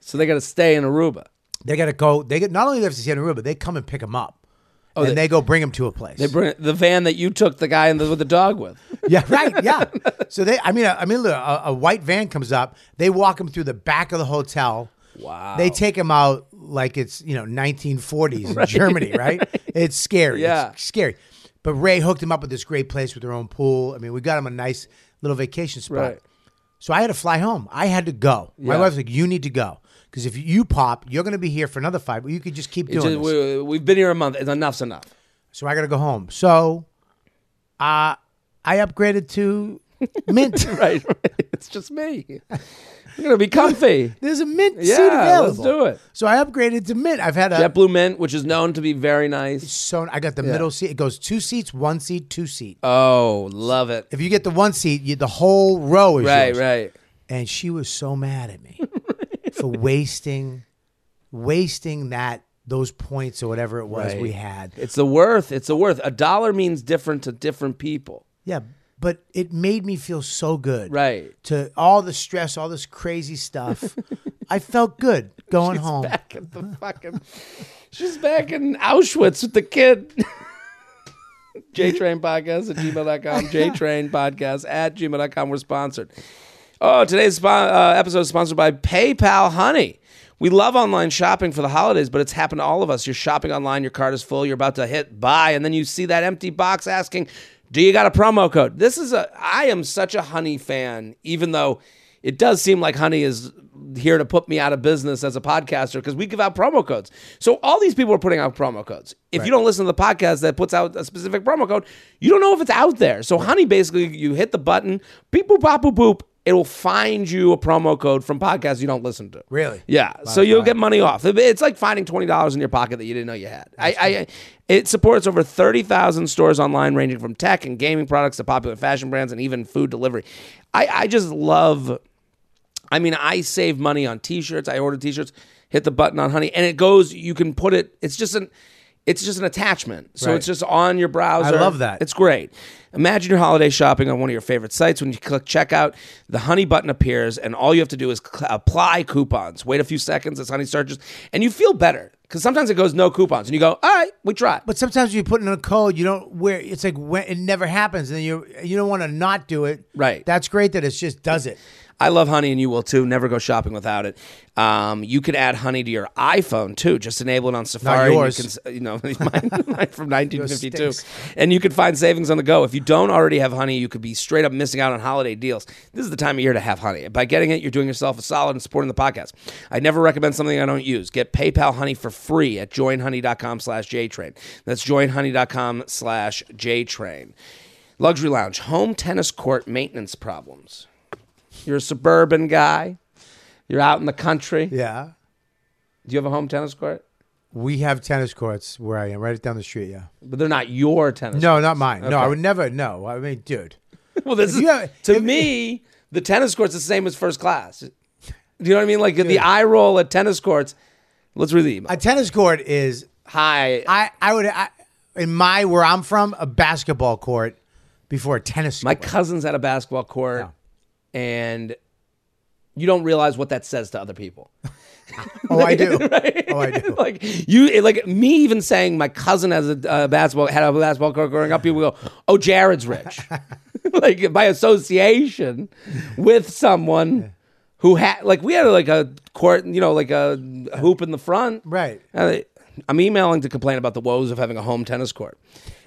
S1: So they got to stay in Aruba.
S2: They got to go. They get not only do they have to see in Aruba, they come and pick them up, and they, go bring them to a place.
S1: Oh, They bring the van that you took the guy in the, with the dog with.
S2: Yeah, right. Yeah. So they, I mean, I mean, look, a, a white van comes up. They walk him through the back of the hotel.
S1: Wow.
S2: They take him out like it's you know 1940s in Germany, right? It's scary.
S1: Yeah.
S2: It's scary. But Ray hooked him up with this great place with their own pool. I mean, we got him a nice little vacation spot.
S1: Right.
S2: So I had to fly home. I had to go. My
S1: Yeah.
S2: wife's like, "You need to go because if you pop, you're going to be here for another five. You could just keep doing
S1: Just-
S2: this."
S1: we, we've been here a month. It's enough's enough.
S2: So I got to go home. So, uh, I upgraded to Mint.
S1: Right. right. It's just me. We're gonna be comfy.
S2: There's a mint
S1: Yeah,
S2: seat available.
S1: let's do it.
S2: So I upgraded to mint. I've had a
S1: JetBlue Mint, which is known to be very nice.
S2: so I got the middle seat. It goes two seats, one seat, two seat.
S1: Oh, love it.
S2: if you get the one seat, you, the whole row is
S1: Right,
S2: yours.
S1: right.
S2: And she was so mad at me for wasting, wasting that those points or whatever it was
S1: Right.
S2: we had.
S1: It's the worth. It's the worth. A dollar means different to different people.
S2: Yeah, but it made me feel so good.
S1: Right.
S2: To all the stress, all this crazy stuff, I felt good going home.
S1: Back at the fucking. She's back in Auschwitz with the kid. JTrain Podcast at gmail.com. JTrain Podcast at gmail.com. We're sponsored. Oh, today's spo- uh, episode is sponsored by PayPal Honey. We love online shopping for the holidays, but it's happened to all of us. You're shopping online, your cart is full, you're about to hit buy, and then you see that empty box asking, "Do you got a promo code?" This is a I am such a honey fan, even though it does seem like honey is here to put me out of business as a podcaster because we give out promo codes. So all these people are putting out promo codes. If you don't listen to the podcast that puts out a specific promo code, you don't know if it's out there. So honey, basically, you hit the button, beep boop bop boop boop. It will find you a promo code from podcasts you don't listen to.
S2: Really?
S1: Yeah. so you'll get money off. It- It's like finding twenty dollars in your pocket that you didn't know you had. I, I, it supports over thirty thousand stores online, ranging from tech and gaming products to popular fashion brands and even food delivery. I, I just love I mean, I save money on t-shirts. I order t-shirts, hit the button on honey, and it goes. You can put it. It's just an. It's just an attachment, so
S2: Right.
S1: it's just on your browser.
S2: I love that.
S1: It's great. Imagine your holiday shopping on one of your favorite sites. When you click checkout, the Honey button appears, and all you have to do is cl- apply coupons. Wait a few seconds as Honey searches, and you feel better because sometimes it goes no coupons, and you go, "All right, we tried."
S2: But sometimes you put in a code, you don't where it's like when it never happens, and you you don't want to not do it.
S1: Right.
S2: That's great that it just does it.
S1: I love honey, and you will too. Never go shopping without it. Um, you can add honey to your iPhone too. Just enable it on Safari. and
S2: yours.
S1: You, can, s- you know, mine, mine from 1952,
S2: stinks.
S1: and you can find savings on the go. If you don't already have honey, you could be straight up missing out on holiday deals. This is the time of year to have honey. By getting it, you're doing yourself a solid and supporting the podcast. I never recommend something I don't use. Get PayPal Honey for free at joinhoney.com/jtrain. That's joinhoney.com/jtrain. Luxury Lounge, home tennis court maintenance problems. You're a suburban guy. You're out in the country.
S2: Yeah.
S1: Do you have a home tennis court?
S2: We have tennis courts where I am, right down the street. Yeah.
S1: But they're not your tennis.
S2: No, not mine. No, I
S1: Okay.
S2: would never. No, I mean, dude.
S1: court. well, this is
S2: you have-
S1: to
S2: if-
S1: me the tennis court's the same as first class. Do you know what I mean? Like the eye roll at tennis courts. Let's read the email.
S2: A tennis court is
S1: Hi,
S2: I I would I, in my where I'm from a basketball court before a tennis.
S1: my
S2: court.
S1: cousin's at a basketball court, and you don't realize what that says to other people.
S2: oh, I do. Oh, I do.
S1: like you, eh, like me, even saying my cousin has a uh, basketball had a basketball court growing up. People go, "Oh, Jared's rich," like by association with someone who had, like, we had like a court, you know, like a hoop in the front,
S2: Right.
S1: Uh, I'm emailing to complain about the woes of having a home tennis court.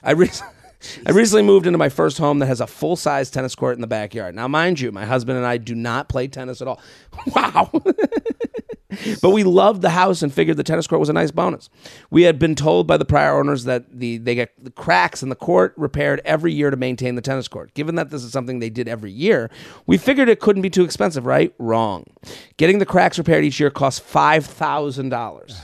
S1: I recently. I recently moved into my first home that has a full size tennis court in the backyard. Now, mind you, my husband and I do not play tennis at all. Wow. But we loved the house and figured the tennis court was a nice bonus. We had been told by the prior owners that the they get the cracks in the court repaired every year to maintain the tennis court. Given that this is something they did every year, we figured it couldn't be too expensive, right? Wrong. Getting the cracks repaired each year costs five thousand dollars.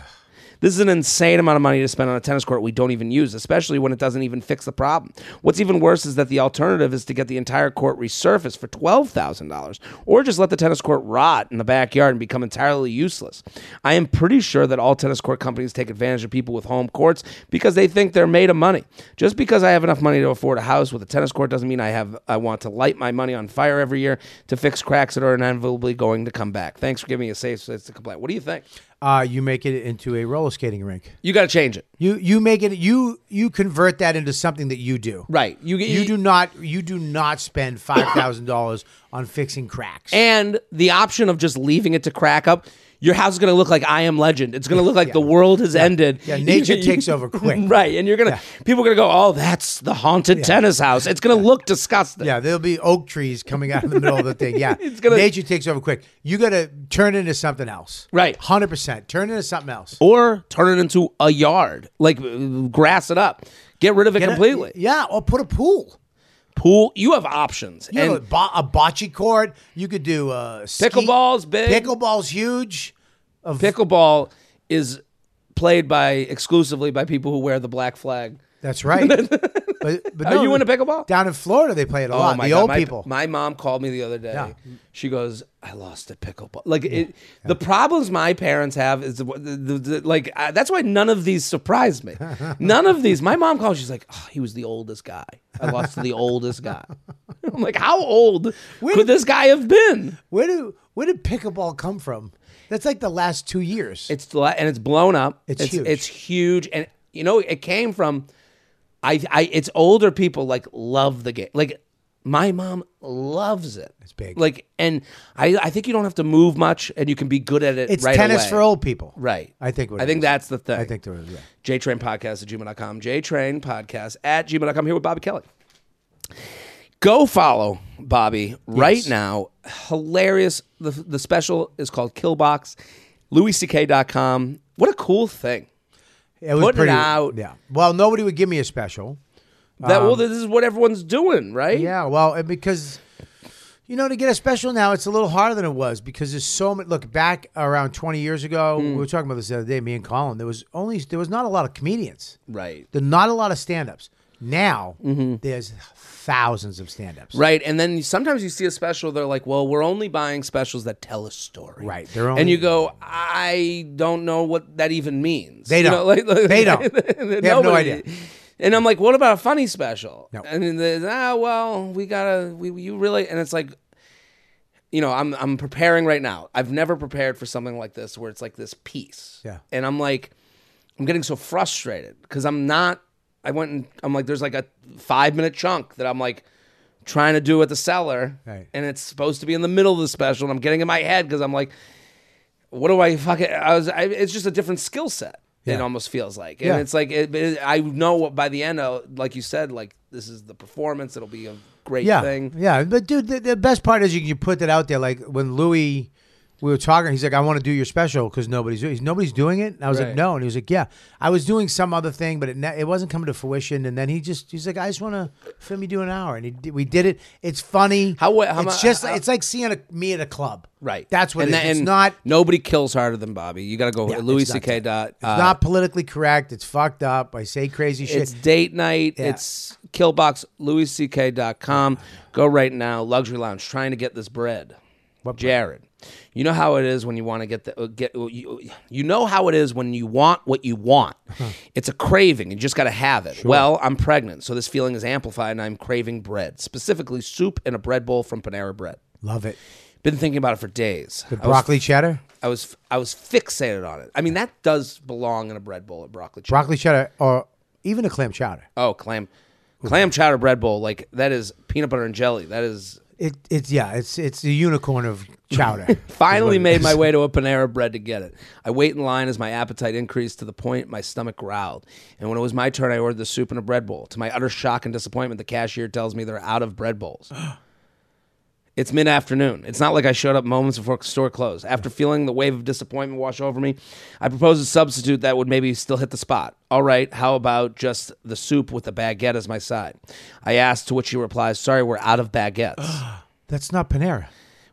S1: This is an insane amount of money to spend on a tennis court we don't even use, especially when it doesn't even fix the problem. What's even worse is that the alternative is to get the entire court resurfaced for $12,000 or just let the tennis court rot in the backyard and become entirely useless. I am pretty sure that all tennis court companies take advantage of people with home courts because they think they're made of money. Just because I have enough money to afford a house with a tennis court doesn't mean I have I want to light my money on fire every year to fix cracks that are inevitably going to come back. Thanks for giving me a safe space to complain. What do you think?
S2: Uh, you make it into a roller skating rink.
S1: You got to change it.
S2: You you make it you you convert that into something that you do.
S1: Right. You get
S2: You do not you do not spend five thousand dollars on fixing cracks.
S1: and the option of just leaving it to crack up. Your house is going to look like I am legend. It's going to look like the world has ended.
S2: Yeah, nature takes over quick.
S1: Right, and you're going to people are going to go, "Oh, that's the haunted tennis house." It's going to look disgusting.
S2: yeah, there'll be oak trees coming out of the middle of the thing. Yeah,
S1: It's gonna-
S2: nature takes over quick. You got to turn it into something else.
S1: Right.
S2: hundred percent. Turn it into something else.
S1: Or turn it into a yard. Like uh, grass it up. Get rid of it completely.
S2: Yeah, or put a pool.
S1: Pool, you have options.
S2: You know, a,
S1: and
S2: bo- a bocce court. You could do uh, ski-
S1: Pickleball's big.
S2: Pickleball's huge. Of
S1: pickleball is played by exclusively by people who wear the black flag.
S2: that's right. but, but
S1: Are
S2: no,
S1: Oh, you into pickleball?
S2: Down in Florida, they play it a
S1: Oh
S2: lot.
S1: my
S2: The
S1: God.
S2: old
S1: my,
S2: people.
S1: My mom called me the other day.
S2: Yeah.
S1: She goes, "I lost at pickleball." Like it, the problems my parents have is the, the, the, the- like uh, that's why none of these surprised me. none of these. My mom called. She's like, oh, "He was the oldest guy. I lost to the oldest guy." I'm like, "How old could this guy have been?"
S2: where do where did pickleball come from? That's like the last two years.
S1: It's the la- and it's blown up.
S2: It's huge.
S1: It's huge, and you know it came from. I, I it's older people like love the game. Like My mom loves it. It's
S2: big.
S1: Like, and I, I think you don't have to move much, and you can be good at it.
S2: It's
S1: right
S2: tennis
S1: away.
S2: for old people.
S1: Right.
S2: I think what
S1: I
S2: it
S1: think
S2: is.
S1: that's the thing.
S2: I think there is. Yeah.
S1: JTrain Podcast at gmail.com. JTrain Podcast at gmail.com. Here with Bobby Kelly. Go follow Bobby right now. Hilarious. The, the special is called Killbox. LouisCK.com. What a cool thing.
S2: It was
S1: Putting it
S2: pretty,
S1: out.
S2: Yeah. Well, nobody would give me a special.
S1: That well, this is what everyone's doing, right?
S2: Yeah. Well, and because you know to get a special now, it's a little harder than it was because there's so much. Look back around 20 years ago,
S1: Hmm.
S2: we were talking about this the other day. Me and Colin, there was only there was not a lot of comedians.
S1: Right.
S2: There's not a lot of stand-ups. Now
S1: Mm-hmm.
S2: there's thousands of stand-ups.
S1: Right, and then sometimes you see a special. They're like, "Well, we're only buying specials that tell a story."
S2: Right, they're
S1: and
S2: only-
S1: you go, "I don't know what that even means."
S2: They
S1: You
S2: don't.
S1: know, like- like-
S2: They don't. They have no
S1: nobody-
S2: idea.
S1: And I'm like, "What about a funny special?"
S2: No.
S1: And then there's, ah, well, we gotta, we you really, and it's like, you know, I'm I'm preparing right now. I've never prepared for something like this where it's like this piece.
S2: Yeah.
S1: and I'm like, I'm getting so frustrated because I'm not. I went and I'm like, there's like a five minute chunk that I'm like trying to do at the cellar,
S2: Right.
S1: and it's supposed to be in the middle of the special, and I'm getting in my head because I'm like, what do I fucking? I was. I, it's just a different skill set. It
S2: Yeah.
S1: almost feels like, and
S2: Yeah.
S1: it's like it, it- I know what by the end, of, like you said, like this is the performance. It'll be a great
S2: yeah,
S1: thing.
S2: Yeah, but dude, the, the best part is you can put that out there. Like when Louis, we were talking, he's like, "I want to do your special because nobody's he's, nobody's doing it." And I was
S1: Right.
S2: like, "No," and he was like, "Yeah, I was doing some other thing, but it ne- it wasn't coming to fruition." And then he just he's like, "I just want to film you do an hour," and he, did- we did it. It's funny.
S1: How- how mu-
S2: it's just
S1: how-
S2: it's like seeing a, me at a club.
S1: Right.
S2: That's what
S1: and
S2: it is.
S1: that-
S2: it's
S1: and
S2: not.
S1: Nobody kills harder than Bobby. You got to go
S2: Yeah,
S1: at
S2: it's
S1: Louis
S2: not
S1: C.K.
S2: that.
S1: Dot.
S2: It's not politically correct. It's fucked up. I say crazy shit.
S1: uh, It's date night.
S2: Yeah.
S1: It's Killbox, louisck.com. Go right now. Luxury Lounge, trying to get this bread.
S2: What bread?
S1: Jared, you know how it is when you want to get the uh, get you, you know how it is when you want what you want. It's a craving. You just got to have it. Well, I'm pregnant, so this feeling is amplified and I'm craving bread, specifically soup and a bread bowl from Panera Bread.
S2: Love it.
S1: Been thinking about it for days.
S2: The
S1: I was
S2: broccoli cheddar.
S1: I was I was fixated on it. I mean, that does belong in a bread bowl at broccoli. Cheddar.
S2: Broccoli cheddar, or even a clam chowder.
S1: oh, clam clam chowder bread bowl like that is peanut butter and jelly. That is
S2: It, it's yeah, it's it's the unicorn of chowder.
S1: finally made my way to a Panera Bread to get it. I wait in line as my appetite increased to the point my stomach growled. And when it was my turn, I ordered the soup and a bread bowl. To my utter shock and disappointment, the cashier tells me they're out of bread bowls. It's mid afternoon. It's not like I showed up moments before store closed. After feeling the wave of disappointment wash over me, I proposed a substitute that would maybe still hit the spot. All right, how about just the soup with the baguette as my side? I asked, to which she replies, Sorry, we're out of baguettes.
S2: That's not Panera.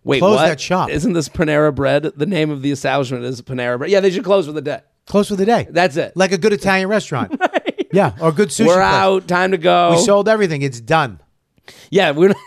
S1: Wait,
S2: close
S1: what?
S2: that shop.
S1: Isn't this Panera Bread? The name of the establishment is Panera Bread. Yeah, they should close for the day.
S2: Close for the day.
S1: That's it.
S2: like a good Italian restaurant. Yeah, or a good sushi.
S1: we're
S2: place.
S1: out. Time to go.
S2: We sold everything. It's done.
S1: yeah, we're.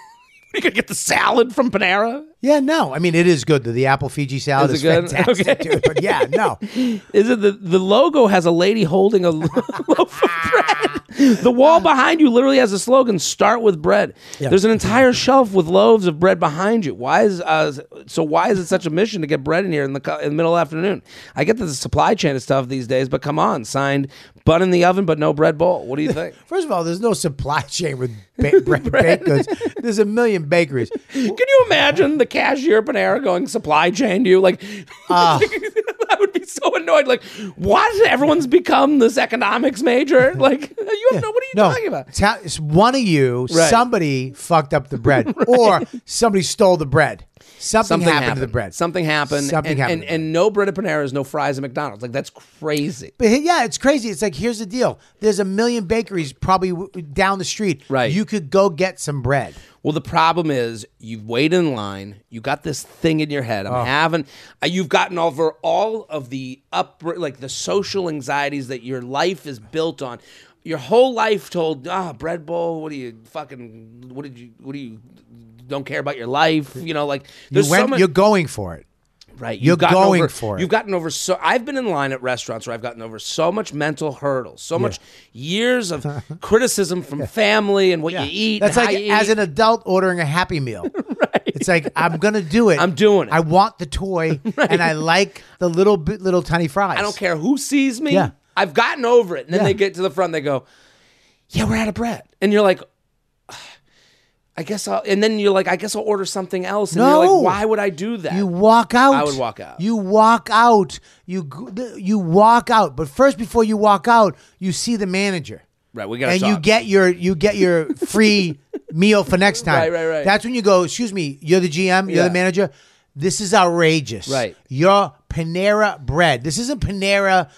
S1: We could get the salad from Panera.
S2: Yeah, no. I mean, it is good. The, the apple Fiji salad
S1: Is
S2: is,
S1: it good?
S2: fantastic,
S1: Okay.
S2: dude. But yeah, no.
S1: Is it the the logo has a lady holding a lo- loaf of bread? The wall behind you literally has a slogan: "Start with bread."
S2: Yeah.
S1: There's an entire shelf with loaves of bread behind you. Why is uh, so? Why is it such a mission to get bread in here in the co- in the middle of the afternoon? I get that the supply chain is tough these days, but come on, signed bun in the oven, but no bread bowl. What do you think?
S2: First of all, there's no supply chain with ba- bread, baked goods. There's a million bakeries.
S1: Can you imagine the cashier at Panera going supply chain to you? Like,
S2: Ah.
S1: I would be so annoyed. Like, what? Everyone's become this economics major. Like, you have no. What are you
S2: no,
S1: talking about?
S2: ta- it's one of you,
S1: Right.
S2: somebody fucked up the bread, or somebody stole the bread. Something, happened, to the bread.
S1: Something happened.
S2: Something
S1: and, And,
S2: happened to the
S1: and no bread at Panera's, no fries at McDonald's. Like that's crazy.
S2: But he- yeah, it's crazy. It's like here's the deal. There's a million bakeries probably w- down the street.
S1: Right.
S2: You could go get some bread.
S1: Well, the problem is you've waited in line. You got this thing in your head. I'm
S2: Oh.
S1: having. uh, You've gotten over all of the up, like the social anxieties that your life is built on. Your whole life told, ah, bread bowl. What do you fucking? What did you? What do you? Don't care about your life. You know, like
S2: You
S1: there's so
S2: went,
S1: much.
S2: you're going for it.
S1: Right.
S2: You're
S1: You've gotten
S2: going
S1: over,
S2: for it.
S1: You've gotten over so I've been in line at restaurants where I've gotten over so much mental hurdles, so much years of criticism from family and what you eat.
S2: That's
S1: and
S2: like
S1: how you
S2: as
S1: eat.
S2: an adult ordering a happy meal. right. It's like I'm gonna do it.
S1: I'm doing it.
S2: I want the toy and I like the little bit little tiny fries.
S1: I don't care who sees me.
S2: Yeah.
S1: I've gotten over it. And then
S2: Yeah.
S1: they get to the front, they go, Yeah, we're out of bread. And you're like, I guess I'll, and then you're like, I guess I'll order something else. And you're
S2: No.
S1: like, why would I do that?
S2: You walk out.
S1: I would walk out.
S2: You walk out. You g- th- you walk out. But first, before you walk out, you see the manager,
S1: right, we got to
S2: and you get your you get your free meal for next
S1: Right,
S2: time.
S1: right, right.
S2: That's when you go. Excuse me. You're the GM. You're
S1: Yeah.
S2: the manager. This is outrageous.
S1: Right.
S2: Your Panera bread. This isn't Panera.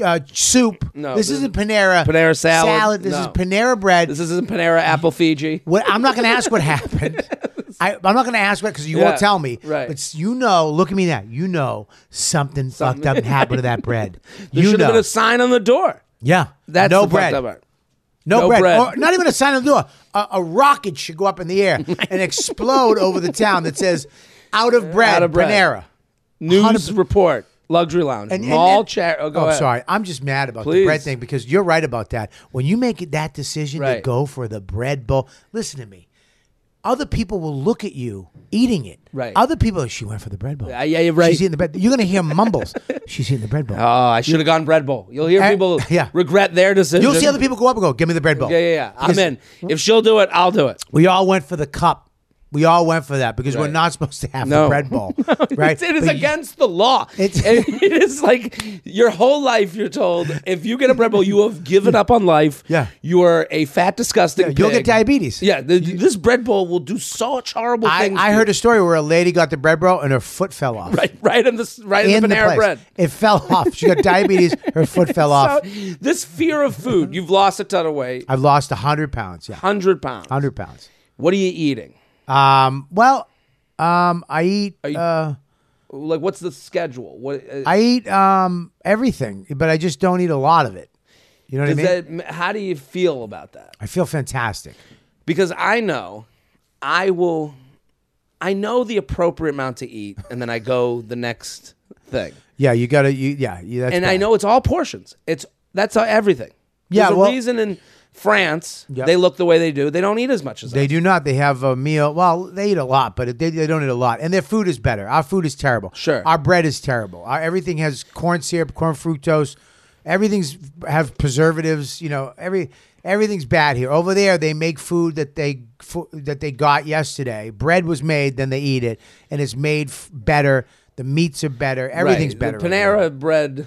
S2: Uh, soup.
S1: No,
S2: this,
S1: this-
S2: isn't Panera.
S1: Panera salad.
S2: This is
S1: No.
S2: Panera bread.
S1: This isn't Panera Apple Fiji.
S2: What I'm not going to ask what happened. I, I'm not going to ask what because you
S1: Yeah,
S2: won't tell me.
S1: right.
S2: But you know, look at me now. You know something, fucked up happened to that bread.
S1: There
S2: you
S1: should
S2: know.
S1: have been a sign on the door.
S2: yeah.
S1: That's
S2: no
S1: the fucked
S2: bread.
S1: up part.
S2: No,
S1: No
S2: bread.
S1: bread.
S2: Or not even a sign on the door. A, a rocket should go up in the air and explode over the town that says "out of bread,
S1: Out of bread.
S2: Panera."
S1: News
S2: 100%
S1: report, luxury lounge,
S2: And- and-
S1: mall
S2: and-
S1: chair. Oh, go
S2: oh,
S1: ahead.
S2: sorry. I'm just mad about
S1: Please.
S2: the bread thing because you're right about that. When you make that decision to
S1: Right.
S2: go for the bread bowl, listen to me. Other people will look at you eating it.
S1: Right.
S2: Other people, "Oh, she went for the bread bowl.
S1: Yeah, yeah, you're right.
S2: She's eating the bread. You're going to hear mumbles. She's eating the bread bowl.
S1: Oh, I should have gone bread bowl. You'll hear
S2: Eh,
S1: people
S2: yeah.
S1: regret their decision.
S2: You'll see other people go up and go, give me the bread bowl.
S1: Yeah, yeah, yeah. I'm
S2: Because
S1: in. If she'll do it, I'll do it.
S2: We all went for the cup. We all went for that because
S1: Right.
S2: we're not supposed to have
S1: No.
S2: the bread bowl. right?
S1: It is
S2: But you-
S1: against the law.
S2: It's-
S1: And it is like your whole life you're told if you get a bread bowl, you have given up on life.
S2: Yeah.
S1: You are a fat, disgusting
S2: Yeah, you'll
S1: pig.
S2: get diabetes.
S1: Yeah. th- this bread bowl will do such horrible
S2: I,
S1: things.
S2: I
S1: to
S2: heard
S1: you.
S2: a story where a lady got the bread bowl and her foot fell off.
S1: Right, right in the right in,
S2: in
S1: the
S2: the
S1: Panera
S2: place.
S1: bread.
S2: It fell off. She got diabetes. Her foot fell off.
S1: So, this fear of food, you've lost a ton of weight,
S2: I've lost hundred pounds. Yeah,
S1: hundred pounds.
S2: hundred pounds.
S1: What are you eating?
S2: Um, well, um, I eat.
S1: you-
S2: uh,
S1: Like, what's the schedule? What uh,
S2: I eat um, everything, but I just don't eat a lot of it. You know what I
S1: does
S2: mean?
S1: that? How do you feel about that?
S2: I feel fantastic.
S1: because I know I will I know the appropriate amount to eat and then I go the next thing.
S2: Yeah, you gotta. You, yeah, you, that's
S1: And I
S2: bad.
S1: know it's all portions. It's that's all, everything.
S2: Yeah,
S1: There's
S2: well-
S1: a reason in France
S2: Yep.
S1: they look the way they do. They don't eat as much as
S2: they
S1: us.
S2: do not. They have a meal. Well, they eat a lot, but they, they don't eat a lot, and their food is better. Our food is terrible.
S1: Sure.
S2: our bread is terrible. Our, everything has corn syrup, corn fructose. Everything's have preservatives. You know, every everything's bad here. Over there, they make food that they fu- that they got yesterday. Bread was made, then they eat it, and it's made f- better. The meats are better. Everything's
S1: Right.
S2: better.
S1: The Panera bread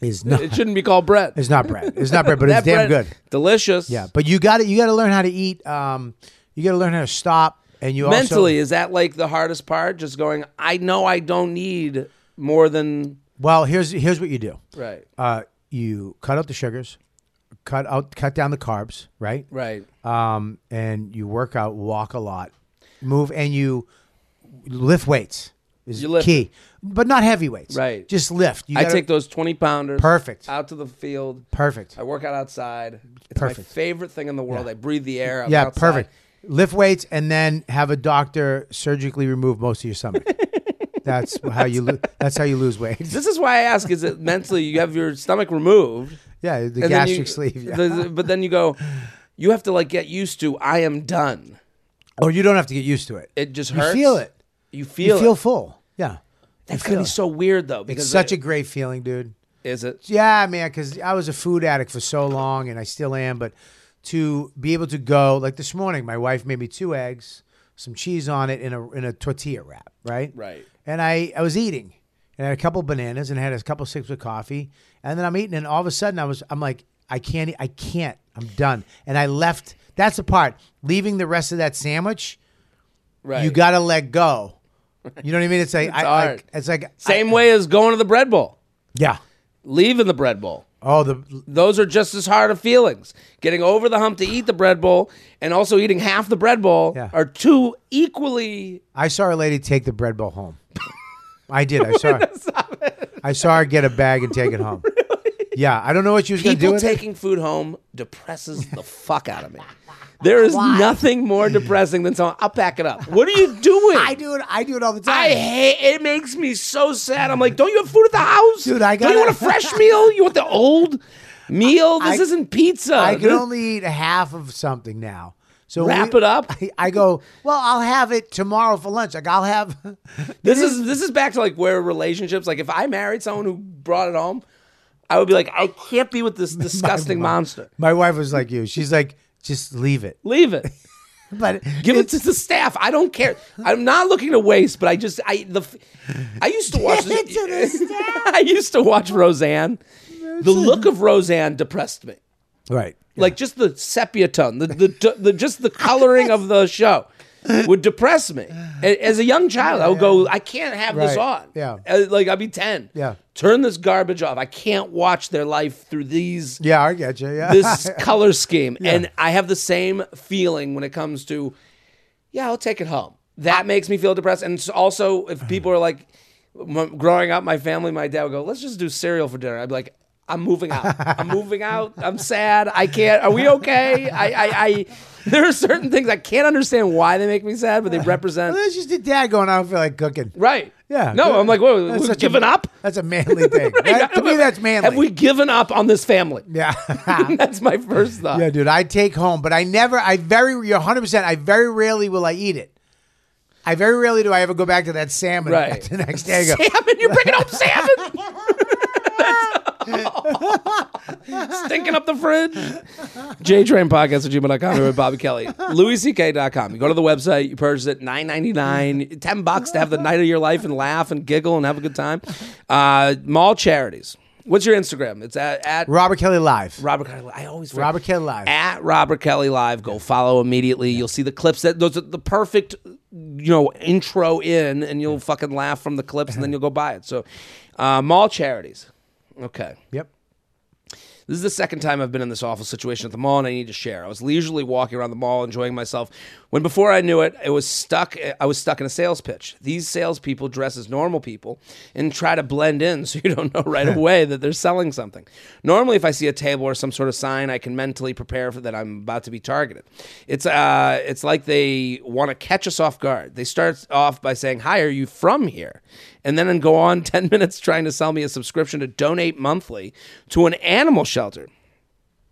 S2: is not.
S1: it shouldn't be called bread.
S2: It's not bread. It's not bread, but
S1: That
S2: it's damn
S1: bread-
S2: good.
S1: Delicious.
S2: Yeah, but you got to You got to learn how to eat. Um, you got to learn how to stop. And you also,
S1: Mentally, is that like the hardest part? Just going, I know I don't need more than
S2: Well, here's here's what you do.
S1: right.
S2: Uh, you cut out the sugars, cut out cut down the carbs, right?
S1: Right.
S2: Um, and you work out, walk a lot, move, and you lift weights is
S1: You lift.
S2: key, but not heavy weights.
S1: Right.
S2: Just lift. You
S1: I
S2: gotta-
S1: take those 20 pounders
S2: perfect,
S1: out to the field.
S2: perfect.
S1: I work out outside. It's my
S2: Perfect.
S1: favorite thing in the world. I breathe the air. I'm
S2: yeah,
S1: outside.
S2: perfect. Lift weights and then have a doctor surgically remove most of your stomach. that's how you lo- that's how you lose weight.
S1: This is why I ask: Is it mentally you have your stomach removed,
S2: Yeah, the
S1: and then you-
S2: gastric sleeve. yeah.
S1: the- but then you go, you have to like get used to. I am done.
S2: or you don't have to get used to it.
S1: It just
S2: you
S1: hurts.
S2: feel it.
S1: You feel.
S2: you feel
S1: it.
S2: full. Yeah.
S1: That's
S2: you
S1: gonna
S2: feel
S1: be
S2: it.
S1: so weird though. Because
S2: It's such
S1: it-
S2: a great feeling, dude.
S1: is it
S2: Yeah, man, because I was a food addict for so long and I still am. But to be able to go, like this morning, my wife made me two eggs, some cheese on it, in a, in a tortilla wrap, right?
S1: right.
S2: And I, I was eating and I had a couple bananas and I had a couple sips of coffee. And then I'm eating and all of a sudden I was, I'm like, I can't, eat- I can't, I'm done. And I left, that's the part, leaving the rest of that sandwich,
S1: Right.
S2: you got to let go. You know what I mean? It's like, I, I-
S1: hard.
S2: it's like,
S1: same way as going to the bread bowl,
S2: yeah.
S1: leaving the bread bowl.
S2: Oh, the
S1: Those are just as hard of feelings. Getting over the hump to eat the bread bowl and also eating half the bread bowl
S2: Yeah.
S1: are two equally
S2: I saw a lady take the bread bowl home. I did. I saw. Her, I saw her get a bag and take it home. Yeah, I don't know what she was going to do.
S1: People
S2: With it.
S1: taking food home depresses the fuck out of me. There is nothing more depressing than someone. I'll pack it up. What are you doing?
S2: I do it. I do it all the time.
S1: I hate. It makes me so sad. I'm like, don't you have food at the house,
S2: Dude, I
S1: Don't you want
S2: gotta-
S1: a fresh meal? You want the old meal? This
S2: I-
S1: isn't pizza.
S2: I can
S1: This-
S2: only eat half of something now. So
S1: Wrap
S2: we-
S1: it up?
S2: I, I go. Well, I'll have it tomorrow for lunch. Like I'll have.
S1: this is this is back to like where relationships. Like if I married someone who brought it home, I would be like, I can't be with this disgusting monster.
S2: My wife was like you. She's like, just leave it.
S1: Leave it.
S2: but
S1: Give it
S2: it's-
S1: to the staff. I don't care. I'm not looking to waste, but I just I the f- I used to watch
S2: Give it to the staff.
S1: I used to watch Roseanne. The look of Roseanne depressed me.
S2: right.
S1: Like just the sepia tone, the the, t- the just the coloring of the show would depress me. A- As a young child, I would go, I can't have this
S2: Right.
S1: on.
S2: Yeah.
S1: Uh, like I'd be ten.
S2: Yeah.
S1: turn this garbage off. I can't watch their life through these
S2: Yeah, I get you. Yeah.
S1: this color scheme. And I have the same feeling when it comes to, yeah, I'll take it home. That makes me feel depressed. And it's also, if
S2: Mm.
S1: people are like, m- growing up, my family, my dad would go, let's just do cereal for dinner. I'd be like, I'm moving out. I'm moving out. I'm sad. I can't. Are we okay? I, I, I, there are certain things I can't understand why they make me sad, but they represent.
S2: Well, that's just the dad going. I don't feel like cooking.
S1: Right.
S2: Yeah.
S1: No, I'm like, whoa,
S2: That's
S1: we've
S2: such a-
S1: given up?
S2: That's a manly thing. That- to me, that's manly.
S1: Have we given up on this family?
S2: yeah.
S1: that's my first thought.
S2: Yeah, dude, I take home, but I never, I very, you're 100%, I very rarely will I eat it. I very rarely do I ever go back to that salmon
S1: Right.
S2: the next day. and go,
S1: Salmon, you're bringing up salmon. oh. Stinking up the fridge. JTrain podcast at gmail.com here with Bobby Kelly. LouisCK.com. You go to the website, you purchase it, nine ninety nine, ten bucks to have the night of your life and laugh and giggle and have a good time. Uh, mall charities. What's your Instagram? It's at, at
S2: Robert Kelly Live.
S1: Robert Kelly. I always forget.
S2: Robert Kelly Live.
S1: At Robert Kelly Live, go follow immediately. You'll see the clips that those are the perfect, you know, intro in, and you'll fucking laugh from the clips, and then you'll go buy it. So, uh, mall charities. Okay,
S2: Yep.
S1: this is the second time I've been in this awful situation at the mall, and I need to share. I was leisurely walking around the mall, enjoying myself, when before I knew it, it was stuck. I was stuck in a sales pitch. These salespeople dress as normal people and try to blend in, so you don't know right away that they're selling something. Normally, if I see a table or some sort of sign, I can mentally prepare for that I'm about to be targeted. It's uh, it's like they want to catch us off guard. They start off by saying, "Hi, are you from here?" and then go on 10 minutes trying to sell me a subscription to donate monthly to an animal shelter.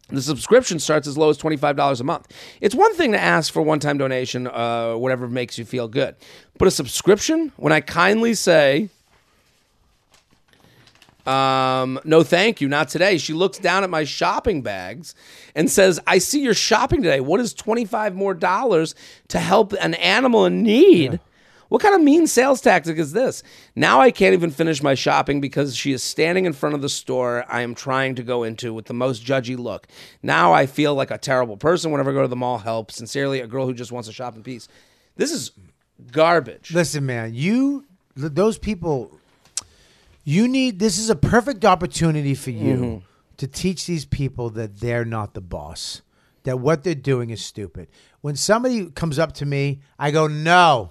S1: The subscription starts as low as $25 a month. It's one thing to ask for one time donation, uh, whatever makes you feel good. But a subscription, when I kindly say, um, no, thank you, not today. She looks down at my shopping bags and says, I see you're shopping today. What is 25 more dollars to help an animal in need? What kind of mean sales tactic is this? Now I can't even finish my shopping because she is standing in front of the store I am trying to go into with the most judgy look. Now I feel like a terrible person whenever I go to the mall. Help, sincerely, a girl who just wants to shop in peace. This is garbage.
S2: Listen, man, you, th- those people, you need, this is a perfect opportunity for you
S1: Mm-hmm.
S2: to teach these people that they're not the boss, that what they're doing is stupid. When somebody comes up to me, I go, no.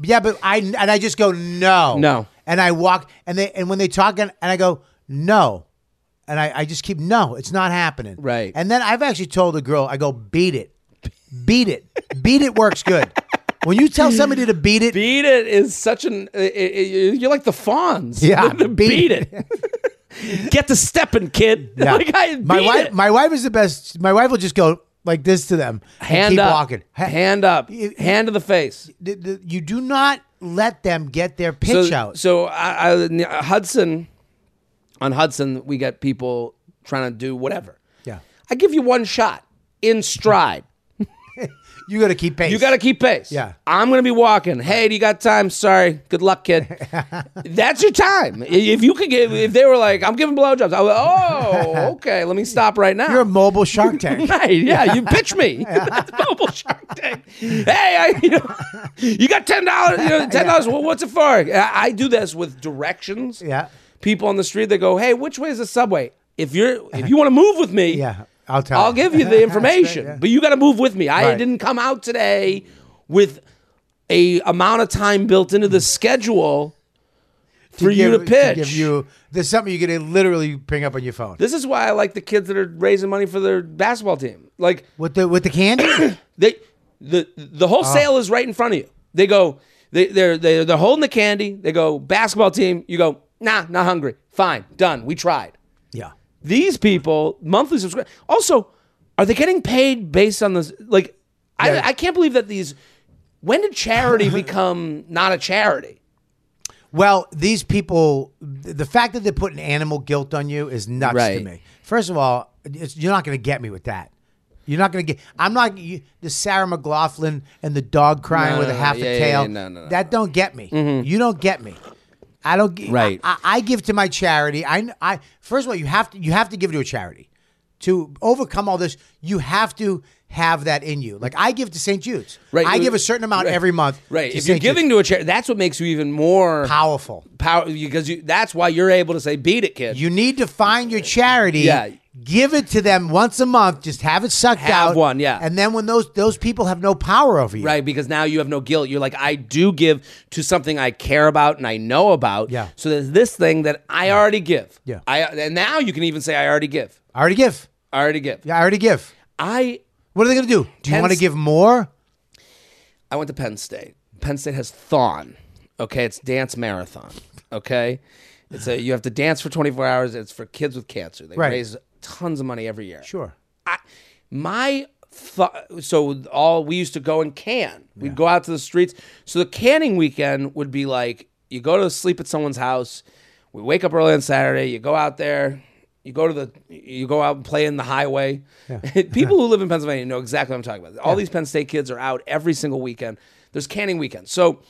S2: yeah, but I, and I just go, no.
S1: No.
S2: And I walk, and they, and when they talk, and, and I go, no. And I, I just keep, no, it's not happening.
S1: Right.
S2: And then I've actually told a girl, I go, beat it. Beat it. beat it works good. When you tell somebody to beat it,
S1: Beat it is such an. i- i- i- you're like the Fawns.
S2: Yeah,
S1: beat,
S2: beat
S1: it. Get to stepping, kid.
S2: Yeah.
S1: Like, I-
S2: my
S1: beat
S2: wife,
S1: it.
S2: my wife is the best. My wife will just go like this to them and
S1: hand
S2: keep
S1: up,
S2: walking. Ha-
S1: hand up,
S2: You-
S1: hand to the face.
S2: the- the- you do not let them get their
S1: So,
S2: pitch out.
S1: so I, I, Hudson, on Hudson, we get people trying to do whatever.
S2: yeah,
S1: I give you one shot in stride.
S2: you got to keep pace.
S1: You got to keep pace.
S2: Yeah.
S1: I'm going to be walking. Hey, do you got time? Sorry. Good luck, kid. That's your time. I- If you could give, if they were like, I'm giving blowjobs, I would, oh, okay, let me stop right now.
S2: You're a mobile Shark Tank.
S1: Right, yeah, you pitch me. That's mobile Shark Tank. Hey, I, you, know, you got ten dollars. You know, ten dollars. Well, what's it for? I, I do this with directions.
S2: Yeah.
S1: People on the street, they go, "Hey, which way is the subway?" If you're, if you want to move with me,
S2: yeah, I'll tell.
S1: I'll
S2: you.
S1: give you the information,
S2: yeah.
S1: but you got to move with me. I
S2: Right.
S1: didn't come out today with a amount of time built into the schedule for you
S2: give-
S1: to pitch.
S2: give you there's something you can literally bring up on your phone
S1: this is why I like the kids that are raising money for their basketball team. Like
S2: with the with the candy.
S1: they, the the whole sale is right in front of you. They go, they they're they're, they're holding the candy. They go basketball team. You go, nah, not hungry. Fine, done. We tried.
S2: yeah,
S1: these people monthly subscribe. Also, are they getting paid based on this? Like,
S2: Yeah.
S1: I, I can't believe that these. When did charity become not a charity?
S2: Well, these people, th- the fact that they're putting animal guilt on you is nuts to
S1: Right.
S2: me. First of all, it's, you're not going to get me with that. You're not going to get. I'm not you, the Sarah McLaughlin and the dog crying
S1: No,
S2: with
S1: no,
S2: a
S1: no,
S2: half
S1: yeah,
S2: a
S1: yeah,
S2: tail.
S1: yeah, no, no, no,
S2: that don't get me. You don't get me. I don't. Get,
S1: Right.
S2: I, I give to my charity. I, I. First of all, you have to. You have to give to a charity to overcome all this. You have to have that in you. Like I give to St. Jude's.
S1: Right.
S2: I give a certain amount
S1: Right.
S2: every month.
S1: Right.
S2: to
S1: If you're
S2: St. Jude's.
S1: giving to a charity, that's what makes you even more
S2: powerful.
S1: power because you, that's why you're able to say, "Beat it, kid."
S2: You need to find your charity.
S1: Yeah.
S2: Give it to them once a month. Just have it sucked
S1: Have
S2: out.
S1: one, yeah.
S2: And then when those those people have no power over you,
S1: Right, because now you have no guilt. You're like, I do give to something I care about and I know about.
S2: Yeah.
S1: So there's this thing that I already give.
S2: Yeah.
S1: I and now you can even say I already give.
S2: I already give.
S1: I already give.
S2: Yeah, I already give.
S1: I
S2: What are they going to do? Do you
S1: Penn's-
S2: want to give more?
S1: I went to Penn State. Penn State has Thon. Okay, it's dance marathon. Okay, it's a you have to dance for 24 hours. It's for kids with cancer. They
S2: Right.
S1: raise tons of money every year.
S2: Sure.
S1: I, my th- so all we used to go and can. We'd go out to the streets. So the canning weekend would be like you go to sleep at someone's house. We wake up early on Saturday. You go out there. You go to the you go out and play in the highway. People who live in Pennsylvania know exactly what I'm talking about. All these Penn State kids are out every single weekend. There's canning weekend. So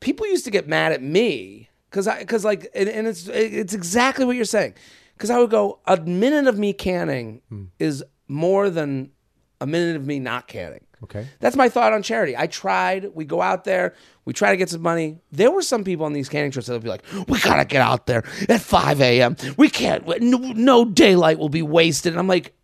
S1: people used to get mad at me because I because like and, and it's it's exactly what you're saying because I would go a minute of me canning
S2: Hmm.
S1: is more than a minute of me not canning.
S2: Okay.
S1: that's my thought on charity. I tried. We go out there. We try to get some money. There were some people on these canning trips that would be like, "We gotta get out there at 5 a.m. We can't. No, no daylight will be wasted." And I'm like,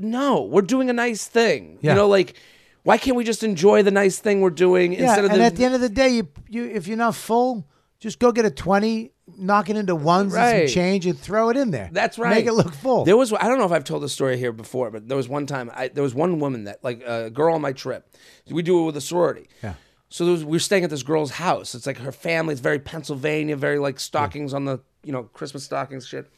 S1: "No, we're doing a nice thing.
S2: Yeah.
S1: You know, like." Why can't we just enjoy the nice thing we're doing
S2: Yeah.
S1: instead of
S2: and
S1: the,
S2: at the end of the day, you, you if you're not full, just go get a twenty, knock it into ones and
S1: Right.
S2: some change, and throw it in there.
S1: That's right.
S2: Make it look full.
S1: There was I don't know if I've told this story here before, but there was one time I, there was one woman that like a girl on my trip. We do it with a sorority.
S2: Yeah.
S1: So there was, we were staying at this girl's house. It's like her family. It's very Pennsylvania, very like stockings on the you know Christmas stockings shit.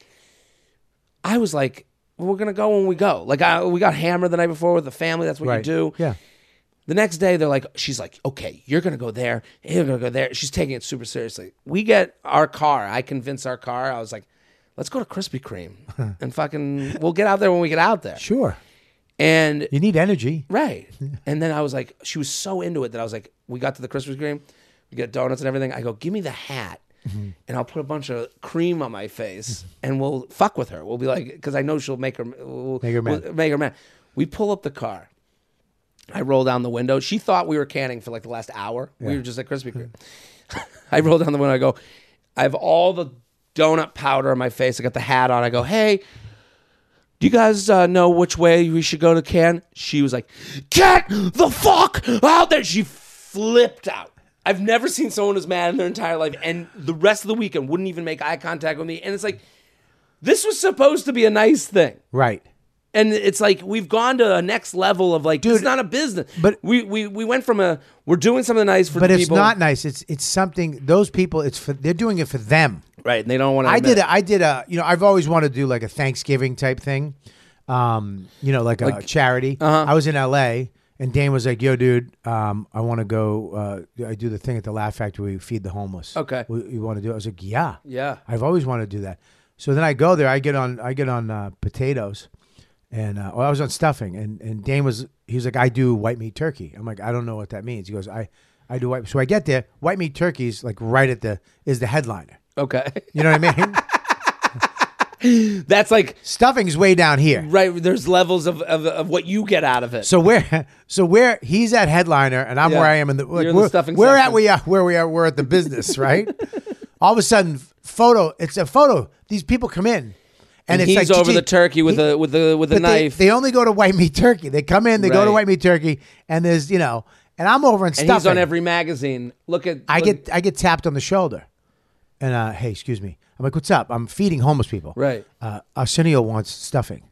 S1: I was like, we're gonna go when we go. Like I, we got hammered the night before with the family. That's what
S2: right.
S1: you do.
S2: Yeah.
S1: The next day, they're like, she's like, okay, you're gonna go there, you're gonna go there. She's taking it super seriously. We get our car. I convince our car. I was like, let's go to Krispy Kreme and fucking, we'll get out there when we get out there.
S2: Sure.
S1: And
S2: You need energy.
S1: right, and then I was like, she was so into it that I was like, we got to the Krispy Kreme, we get donuts and everything. I go, give me the hat.
S2: Mm-hmm.
S1: And I'll put a bunch of cream on my face, and we'll fuck with her. We'll be like, because I know she'll make her, we'll,
S2: Make her
S1: we'll-
S2: mad.
S1: make her mad. We pull up the car. I roll down the window. She thought we were canning for like the last hour. We were just at Krispy Kreme. I roll down the window. I go, I have all the donut powder on my face. I got the hat on. I go, hey, do you guys uh, know which way we should go to can? She was like, get the fuck out there. She flipped out. I've never seen someone as mad in their entire life. And the rest of the weekend wouldn't even make eye contact with me. And it's like, this was supposed to be a nice thing
S2: Right.
S1: and it's like we've gone to a next level of like it's not a business
S2: but-
S1: we, we we went from a we're doing something nice for
S2: But
S1: the
S2: it's
S1: people
S2: not nice. It's it's something. Those people. It's for they're doing it for them.
S1: right and they don't want to
S2: I did. A, I did a. You know, I've always wanted to do like a Thanksgiving type thing. Um, you know, like, a charity.
S1: uh-huh.
S2: I was in L.A. and Dan was like, "Yo, dude, um, I want to go. Uh, I do the thing at the Laugh Factory where you feed the homeless.
S1: Okay.
S2: we, you want to do? it? I was like, "Yeah,
S1: Yeah.
S2: I've always wanted to do that. So then I go there. I get on. I get on uh, potatoes, and uh, well, I was on stuffing. And and Dan was. He was like, "I do white meat turkey. I'm like, I don't know what that means. He goes, I. I do white. So I get there. White meat turkeys, like right at the is the headliner.
S1: okay
S2: You know what I mean?
S1: that's like
S2: Stuffing's way down here.
S1: right there's levels of, of of what you get out of it
S2: So we're so we're he's at headliner and I'm
S1: Yeah.
S2: where I am in the like,
S1: You're in the
S2: we're,
S1: stuffing
S2: we're at
S1: section.
S2: we are where we are we're at the business right. All of a sudden, photo. It's a photo. These people come in, and,
S1: and
S2: it's
S1: he's
S2: like
S1: over
S2: "Gee,
S1: the turkey with
S2: he-
S1: a with a with a
S2: but they-
S1: knife
S2: They, only go to white meat turkey. They come in, they go to
S1: Right.
S2: white meat turkey, and there's you know, and I'm over and
S1: and
S2: stuffing.
S1: he's on every magazine look at
S2: I
S1: look-
S2: get I get tapped on the shoulder, and uh, hey, excuse me. I'm like, what's up? I'm feeding homeless people.
S1: Right.
S2: Uh, Arsenio wants stuffing,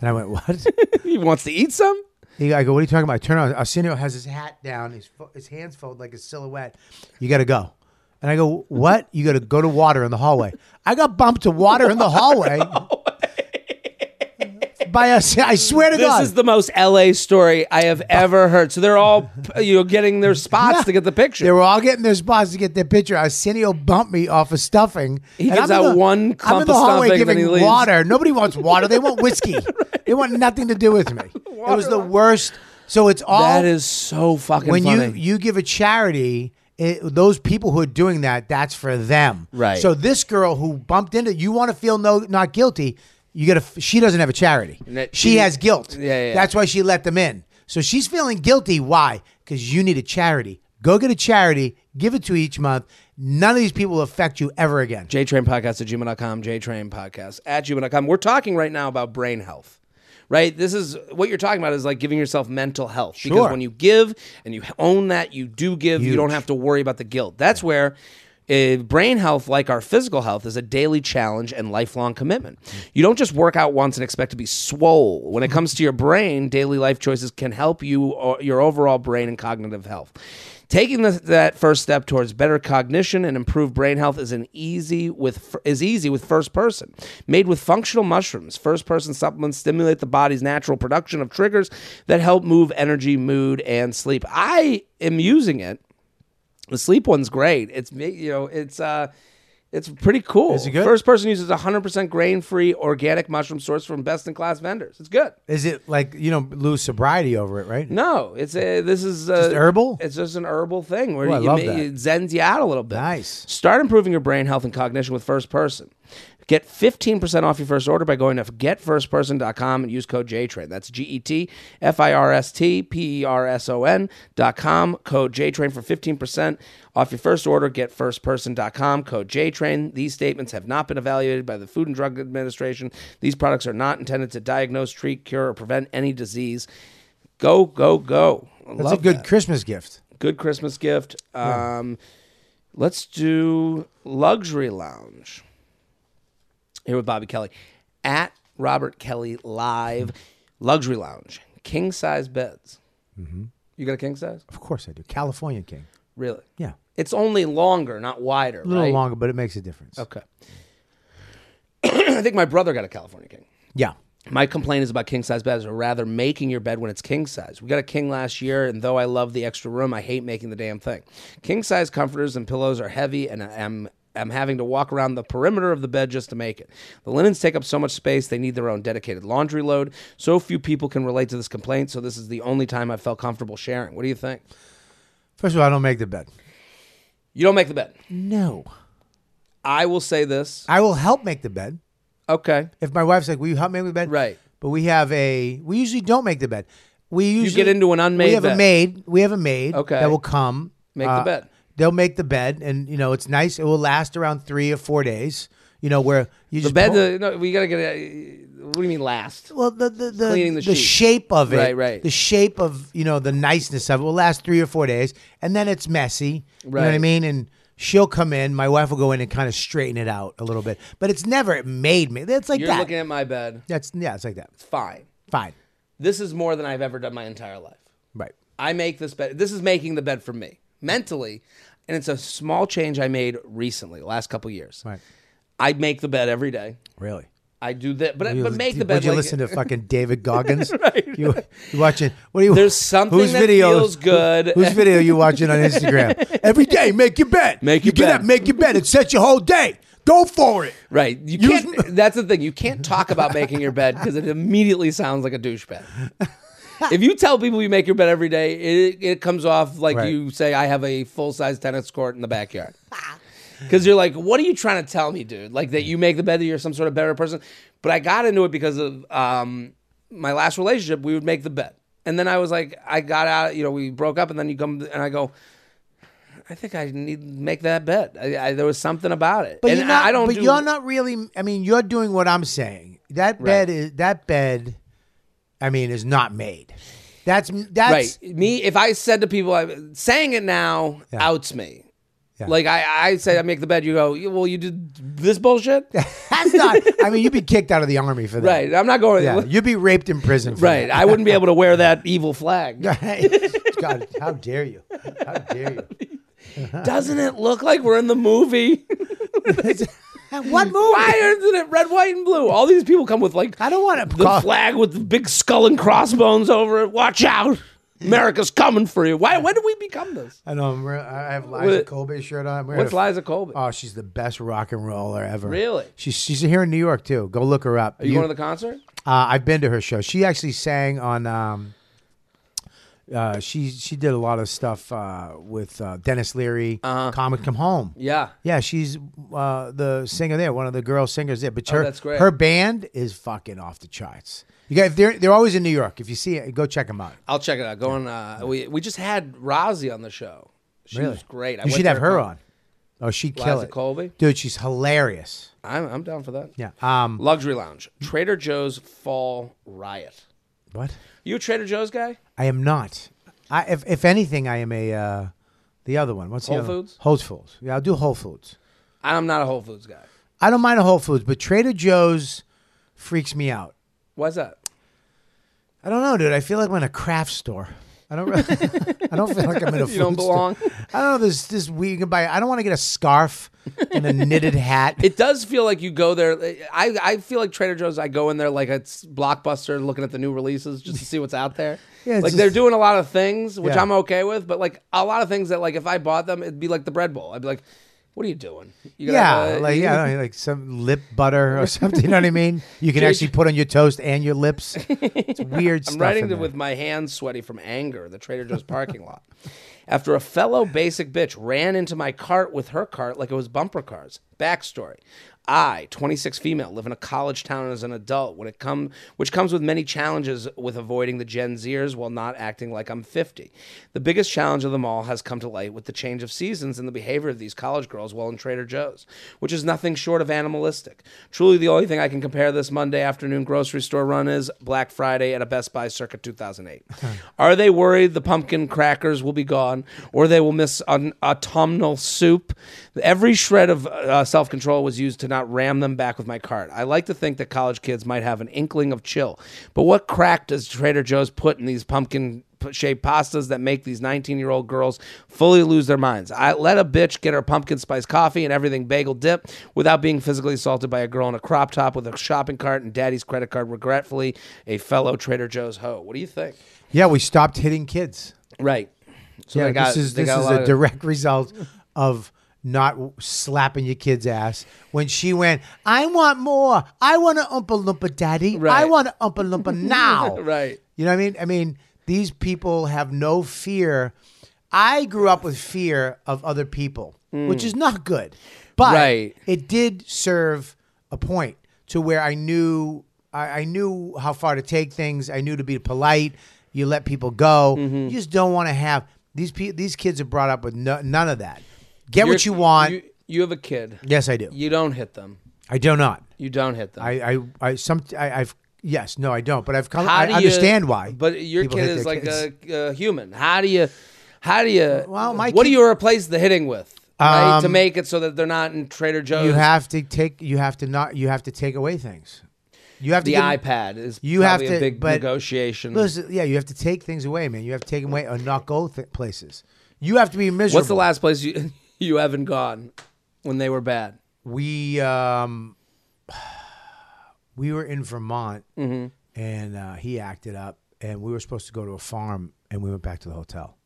S2: and I went, what?
S1: he wants to eat some
S2: He- I go, what are you talking about? I turn on. Arsenio has his hat down, his fo- his hands folded like a silhouette. You got to go. And I go, what? You got to go to water in the hallway. I got bumped to water in the hallway. By us, I swear to
S1: this
S2: God,
S1: is the most LA story I have ever heard. So they're all you know getting their spots
S2: Yeah.
S1: to get the picture.
S2: They were all getting their spots to get their picture. Arsenio bumped me off of stuffing.
S1: He
S2: And
S1: gives
S2: I'm in
S1: out one clump
S2: I'm in the
S1: of
S2: hallway
S1: stuffing, then
S2: giving
S1: he leaves.
S2: water. Nobody wants water. They want whiskey. They want nothing to do with me. It was the worst. So it's all
S1: That is so fucking
S2: when
S1: funny.
S2: you you give a charity it, those people who are doing that that's for them
S1: Right.
S2: so this girl who bumped into you want to feel no not guilty you gotta f- she doesn't have a charity
S1: That-
S2: she has guilt
S1: Yeah, yeah, yeah.
S2: that's why she let them in so she's feeling guilty why because you need a charity go get a charity give it to each month none of these people will affect you ever again
S1: JTrain Podcast at gmail.com, JTrain Podcast at gmail.com. We're talking right now about brain health, right? This is what you're talking about is like giving yourself mental health. Because
S2: Sure.
S1: when you give and you own that, you do give, you don't
S2: Huge.
S1: have to worry about the guilt. That's where. Uh, brain health, like our physical health, is a daily challenge and lifelong commitment.
S2: Hmm.
S1: You don't just work out once and expect to be swole. When it comes to your brain, daily life choices can help you or your overall brain and cognitive health. Taking the, that first step towards better cognition and improved brain health is an easy with is easy with first person. Made with functional mushrooms, first person supplements stimulate the body's natural production of triggers that help move energy, mood, and sleep. I am using it. The sleep one's great. It's ma- you know it's uh it's pretty cool.
S2: Is it good?
S1: First person uses 100% grain free organic mushroom sourced from best in class vendors. It's good.
S2: is it like you don't lose sobriety over it right
S1: No, it's a, this is uh,
S2: herbal?
S1: It's just an herbal thing where
S2: Oh, I
S1: you
S2: love
S1: ma-
S2: that.
S1: it zens you out a little bit.
S2: Nice.
S1: Start improving your brain health and cognition with First Person. Get 15% off your first order by going to getfirstperson.com and use code JTRAIN. That's G E T F I R S T P E R S O N.com. Code JTRAIN for 15% off your first order. Getfirstperson.com. Code JTRAIN. These statements have not been evaluated by the Food and Drug Administration. These products are not intended to diagnose, treat, cure, or prevent any disease. Go, go, go. I
S2: that's
S1: love
S2: a good
S1: that
S2: christmas gift
S1: good Christmas gift. Um, Let's do luxury lounge. Here with Bobby Kelly at Robert Kelly Live Luxury Lounge, king size beds. You got a king size?
S2: of course i do california king
S1: Really?
S2: yeah
S1: It's only longer, not wider.
S2: a little
S1: right? Oh.
S2: longer but it makes a difference
S1: Okay. I think my brother got a California king.
S2: yeah
S1: My complaint is about king size beds, or rather making your bed when it's king size. We got a king last year, and though I love the extra room, I hate making the damn thing. King size comforters and pillows are heavy, and I'm I'm having to walk around the perimeter of the bed just to make it. The linens take up so much space; they need their own dedicated laundry load. So few people can relate to this complaint, so this is the only time I felt comfortable sharing. What do you think?
S2: first of all i don't make the bed
S1: You don't make the bed.
S2: No.
S1: I will say this.
S2: I will help make the bed.
S1: Okay,
S2: If my wife's like, Will you help make the bed?
S1: Right.
S2: But we have a we usually don't make the bed. We usually
S1: get into an unmade
S2: We have
S1: bed.
S2: a maid. We have a maid
S1: Okay.
S2: that will come. uh,
S1: Make the bed.
S2: They'll make the bed and you know it's nice. It will last around three or four days. You know, where you
S1: the
S2: just
S1: bed.
S2: pull-
S1: uh, no, we gotta get. A, what do you mean last?
S2: well, the the the,
S1: Cleaning the sheet.
S2: shape of it,
S1: Right, right.
S2: The shape of you know the niceness of it will last three or four days, and then it's messy. You know what I
S1: Right.
S2: mean? And she'll come in. My wife will go in and kind of straighten it out a little bit, but it's never made me. That's like
S1: You're
S2: that.
S1: looking at my bed.
S2: That's yeah, it's like that.
S1: Fine.
S2: Fine,
S1: this is more than I've ever done my entire life.
S2: right?
S1: I make this bed. This is making the bed for me mentally, and it's a small change I made recently, last couple years.
S2: Right.
S1: I make the bed every day.
S2: Really?
S1: I do that, but but make the
S2: Would
S1: bed.
S2: you
S1: like-
S2: listen to fucking David Goggins? You you watching? What are you?
S1: There's something
S2: whose
S1: that
S2: video,
S1: feels good.
S2: Whose video you watching on Instagram? Every day, make your bed.
S1: Make
S2: you
S1: your
S2: get
S1: bed.
S2: up, make your bed. It sets your whole day. Go for it.
S1: Right. You
S2: Use-
S1: can't. that's the thing. You can't talk about making your bed because it immediately sounds like a douchebag. if you tell people you make your bed every day, it, it comes off like
S2: Right.
S1: you say, I have a full size tennis court in the backyard. Because you're like, what are you trying to tell me, dude? Like that you make the bed, that you're some sort of better person. But I got into it because of um, my last relationship. We would make the bed. And then I was like, I got out, you know, we broke up, and then you come and I go, I think I need to make that bed. I, I, there was something about it.
S2: But
S1: and
S2: you're not.
S1: I don't
S2: but
S1: do-
S2: you're not really. I mean, you're doing what I'm saying. That bed is that bed. I mean, is not made. That's that's
S1: right. Me, if I said to people, I, saying it now
S2: Yeah.
S1: outs me.
S2: Yeah.
S1: Like I, I say, I make the bed. You go, "You- well, you did this bullshit,
S2: that's not. I mean, you'd be kicked out of the army for that.
S1: right? I'm not going.
S2: Yeah, you'd be raped in prison. For
S1: Right,
S2: that.
S1: I wouldn't be able to wear that evil flag.
S2: Right. God, how dare you? How dare you?
S1: Doesn't it look like we're in the movie?
S2: what movie?
S1: Why isn't it red, white, and blue? All these people come with like
S2: I don't want to
S1: the
S2: call.
S1: flag with the big skull and crossbones over it. Watch out! America's coming for you. Why? When did we become this?
S2: I know. I'm re- I have Liza
S1: What-
S2: Colby shirt on. I'm wearing
S1: What's
S2: a-
S1: Liza Colby?
S2: Oh, she's the best rock and roller ever.
S1: Really?
S2: She's she's here in New York too. Go look her up.
S1: Are you, going to the concert?
S2: Uh, I've been to her show. She actually sang on. Um, uh, she she did a lot of stuff uh, with uh, Dennis Leary, Comet Come Home.
S1: Uh-huh. Yeah.
S2: Yeah, she's uh, the singer there, one of the girl singers there. But her
S1: Oh, that's great.
S2: her band is fucking off the charts. You guys, they're they're always in New York. If you see it, go check them out.
S1: I'll check it out. Going. Uh, we we just had Rozzy on the show. She was great. I
S2: you
S1: went
S2: should
S1: to
S2: have her
S1: con-
S2: on. Oh, she'd kill
S1: Liza
S2: it,
S1: Colby.
S2: dude. She's hilarious.
S1: I'm I'm down for that.
S2: Yeah. Um.
S1: Luxury Lounge, Trader Joe's Fall Riot.
S2: What?
S1: You a Trader Joe's guy?
S2: I am not. I if if anything, I am a uh, the other one. What's
S1: Whole
S2: the other one?
S1: Foods?
S2: Whole Foods. Yeah, I'll do Whole Foods.
S1: I'm not a Whole Foods guy.
S2: I don't mind a Whole Foods, but Trader Joe's freaks me out.
S1: Why's that?
S2: I don't know, dude. I feel like I'm in a craft store. I don't. Really, I don't feel like I'm in a.
S1: You don't
S2: food store.
S1: belong.
S2: I don't know. This this week you can buy. I don't want to get a scarf and a knitted hat.
S1: It does feel like you go there. I, I feel like Trader Joe's. I go in there like it's blockbuster, looking at the new releases just to see what's out there.
S2: Yeah, it's
S1: like they're
S2: just-
S1: doing a lot of things, which
S2: Yeah.
S1: I'm okay with. But like a lot of things that like if I bought them, it'd be like the bread bowl. I'd be like, "What are you doing? You gotta
S2: yeah,
S1: have a-
S2: like yeah, I don't know, like some lip butter or something. You know what I mean? You can actually put on your toast and your lips. It's weird
S1: I'm
S2: stuff.
S1: writing
S2: in
S1: to-
S2: there.
S1: with my hands sweaty from anger in the Trader Joe's parking lot. After a fellow basic bitch ran into my cart with her cart like it was bumper cars. Backstory. I, 26 female, live in a college town as an adult, when it come, which comes with many challenges with avoiding the Gen Zers while not acting like I'm 50. The biggest challenge of them all has come to light with the change of seasons and the behavior of these college girls while in Trader Joe's, which is nothing short of animalistic. Truly, the only thing I can compare this Monday afternoon grocery store run is Black Friday at a Best Buy circa 2008. Are they worried the pumpkin crackers will be gone or they will miss an autumnal soup? Every shred of uh, self control was used to not ram them back with my cart. I like to think that college kids might have an inkling of chill, but what crack does Trader Joe's put in these pumpkin shaped pastas that make these 19 year old girls fully lose their minds. I let a bitch get her pumpkin spice coffee and everything bagel dip without being physically assaulted by a girl in a crop top with a shopping cart and daddy's credit card, regretfully, a fellow Trader Joe's hoe. What do you think?
S2: yeah, we stopped hitting kids.
S1: Right. So
S2: yeah,
S1: they got,
S2: this is
S1: they
S2: this
S1: got
S2: is
S1: a, lot
S2: a
S1: of-
S2: direct result of not w- slapping your kid's ass when she went. I want more. I want to umpa lumpa, daddy. I
S1: Right.
S2: want to umpa lumpa now.
S1: Right.
S2: You know what I mean? I mean, these people have no fear. I grew up with fear of other people, which
S1: Hmm.
S2: is not good, but
S1: Right.
S2: it did serve a point to where I knew I, I knew how far to take things. I knew to be polite. You let people go.
S1: Mm-hmm.
S2: You just don't want to have these. Pe- these kids are brought up with no, none of that. Get what you
S1: You're-
S2: want.
S1: You, you have a kid.
S2: yes, I do.
S1: You don't hit them.
S2: I do not.
S1: You don't hit them.
S2: I. I. I some. I, I've. Yes. No. I don't. But I've come.
S1: How
S2: I
S1: do you-
S2: understand why.
S1: But your
S2: people
S1: kid
S2: hit
S1: is
S2: their
S1: like
S2: kids.
S1: a, a human. How do you, how do you,
S2: Well, my
S1: what do
S2: kid-
S1: you replace the hitting with? right, to
S2: Um,
S1: make it so that they're not in Trader Joe's.
S2: You have to take. You have to not. You have to take away things. You have to
S1: the
S2: give-
S1: iPad is
S2: You have
S1: probably a
S2: to-
S1: big
S2: but-
S1: negotiation.
S2: Listen, yeah, you have to take things away, man. You have to take 'em away or not go th- places. You have to be miserable.
S1: What's the last place you you haven't gone when they were bad?
S2: We um, we were in Vermont,
S1: Mm-hmm.
S2: and uh, he acted up, and we were supposed to go to a farm, and we went back to the hotel,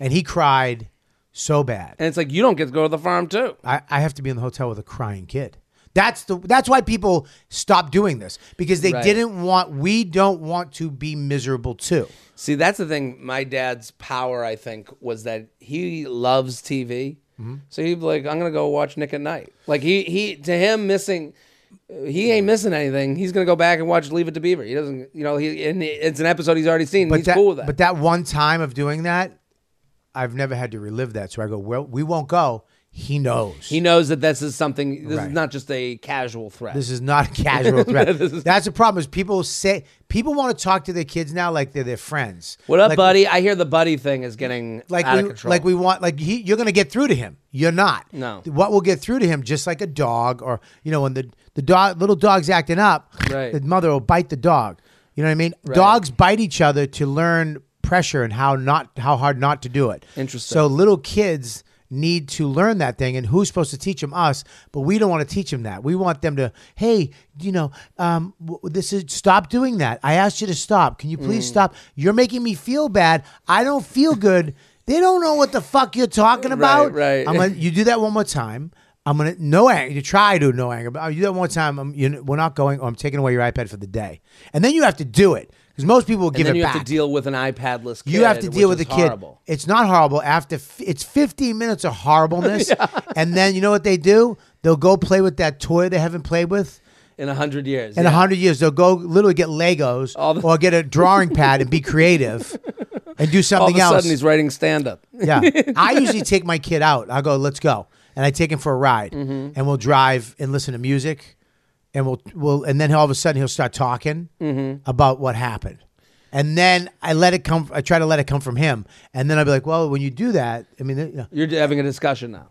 S2: and he cried so bad.
S1: And it's like you don't get to go to the farm too.
S2: I, I have to be in the hotel with a crying kid. That's the that's why people stopped doing this because they
S1: Right.
S2: didn't want we don't want to be miserable too.
S1: See, that's the thing. My dad's power, I think, was that he loves TV.
S2: Mm-hmm.
S1: So he'd be like, I'm gonna go watch Nick at Night. Like he he to him missing, he ain't missing anything. He's gonna go back and watch Leave It to Beaver. He doesn't, you know, he and it's an episode he's already seen. he's
S2: that,
S1: cool with that.
S2: But that one time of doing that, I've never had to relive that. So I go, well, we won't go. He knows.
S1: he knows that this is something. This
S2: Right.
S1: is not just a casual threat.
S2: this is not a casual threat. That's the problem. Is people say people want to talk to their kids now like they're their friends.
S1: what up,
S2: like,
S1: buddy? I hear the buddy thing is getting
S2: Like
S1: out
S2: we,
S1: of control.
S2: like we want like he, you're gonna get through to him. You're not.
S1: No.
S2: What will get through to him? Just like a dog, or you know, when the the dog little dog's acting up,
S1: Right.
S2: the mother will bite the dog. You know what I mean? Dogs bite each other to learn pressure and how not how hard not to do it.
S1: Interesting.
S2: So little kids, need to learn that thing and who's supposed to teach them us but we don't want to teach them that we want them to hey you know um, w- this is stop doing that i asked you to stop can you please
S1: Mm.
S2: stop you're making me feel bad i don't feel good they don't know what the fuck you're talking about
S1: right.
S2: i'm gonna you do that one more time i'm gonna no anger you try to no anger but oh, you do that one more time I'm, you know, we're not going or i'm taking away your ipad for the day and then you have to do it because most people will give
S1: And then
S2: it
S1: you
S2: back
S1: have to deal with an iPadless kid.
S2: you have to
S1: which
S2: deal with the
S1: is
S2: kid.
S1: horrible.
S2: It's not horrible. After f- it's 15 minutes of horribleness, and then you know what they do? They'll go play with that toy they haven't played with
S1: in a hundred years.
S2: in a
S1: yeah.
S2: hundred years. They'll go literally get Legos
S1: All the-
S2: or get a drawing pad and be creative and do
S1: All of
S2: something
S1: a
S2: else.
S1: sudden, he's writing stand up.
S2: Yeah. I usually take my kid out. I go, let's go. And I take him for a ride
S1: Mm-hmm.
S2: and we'll drive and listen to music and we'll, we'll and then all of a sudden he'll start talking
S1: Mm-hmm.
S2: about what happened. And then I let it come, I try to let it come from him. And then I'll be like, well, when you do that, I mean, you know,
S1: You're having a discussion now.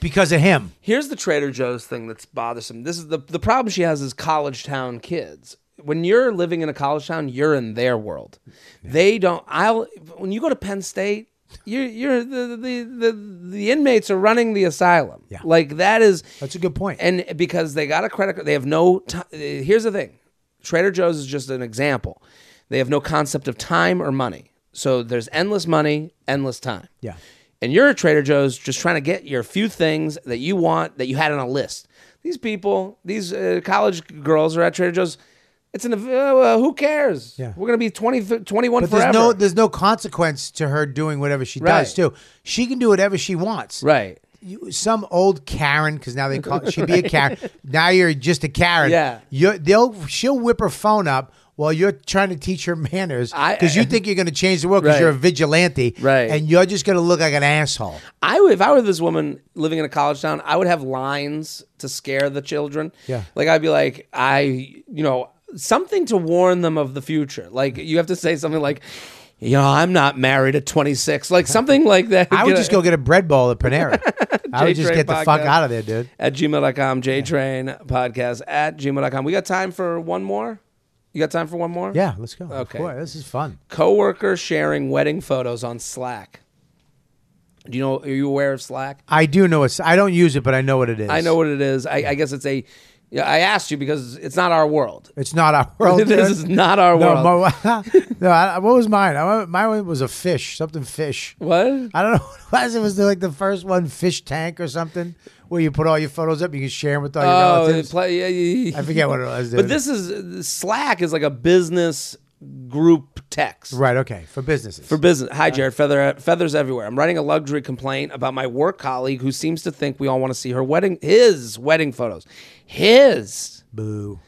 S2: because of him.
S1: Here's the Trader Joe's thing that's bothersome. This is the the problem she has is college town kids. When you're living in a college town, you're in their world. They don't. I'll when you go to Penn State, you're you're the the the, the inmates are running the asylum.
S2: Yeah.
S1: like that is
S2: That's a good point.
S1: and because they got a credit card, they have no. T- here's the thing, Trader Joe's is just an example. They have no concept of time or money. So there's endless money, endless time.
S2: Yeah.
S1: And you're at Trader Joe's just trying to get your few things that you want that you had on a list. These people, these uh, college girls are at Trader Joe's. It's an, uh, uh, who cares?
S2: Yeah.
S1: We're going to be 20, 21
S2: But
S1: forever.
S2: there's no, there's no consequence to her doing whatever she does
S1: Right.
S2: too. She can do whatever she wants.
S1: right.
S2: you, some old Karen, because now they call she'd be a Karen. Now you're just a Karen.
S1: Yeah.
S2: You're, they'll she'll whip her phone up while you're trying to teach her manners
S1: I-
S2: because you think you're going to change the world because
S1: Right.
S2: you're a vigilante,
S1: Right.
S2: And you're just going to look like an asshole.
S1: I would, if I were this woman living in a college town, I would have lines to scare the children.
S2: Yeah.
S1: Like I'd be like, I, you know, something to warn them of the future. Like you have to say something like, you know, I'm not married at 26. Like something like that.
S2: I would
S1: You
S2: just
S1: know?
S2: go get a bread bowl at Panera. I would just
S1: J-Train
S2: get the fuck
S1: podcast.
S2: out of there, dude.
S1: at gmail.com, jtrain podcast at gmail.com. We got time for one more? You got time for one more?
S2: Yeah, let's go.
S1: Okay.
S2: Boy, this is fun.
S1: Coworker sharing wedding photos on Slack. Do you know, are you aware of Slack?
S2: I do know it's. I don't use it, but I know what it is.
S1: I know what it is. I, I guess it's a. Yeah, I asked you because it's not our world.
S2: It's not our world. Oh, dude.
S1: this is not our
S2: no,
S1: world.
S2: my, no, I, what was mine? I, mine was a fish, something fish.
S1: what?
S2: I don't know what it was. It was like the first one, Fish Tank or something, where you put all your photos up. You can share them with all your
S1: Oh,
S2: relatives.
S1: they play- yeah, yeah, yeah.
S2: I forget what it was. Dude.
S1: But this is Slack is like a business group text.
S2: right? Okay, for businesses.
S1: For business. Hi, Jared. Feather, feathers everywhere. I'm writing a luxury complaint about my work colleague who seems to think we all want to see her wedding, his wedding photos. His.
S2: boo,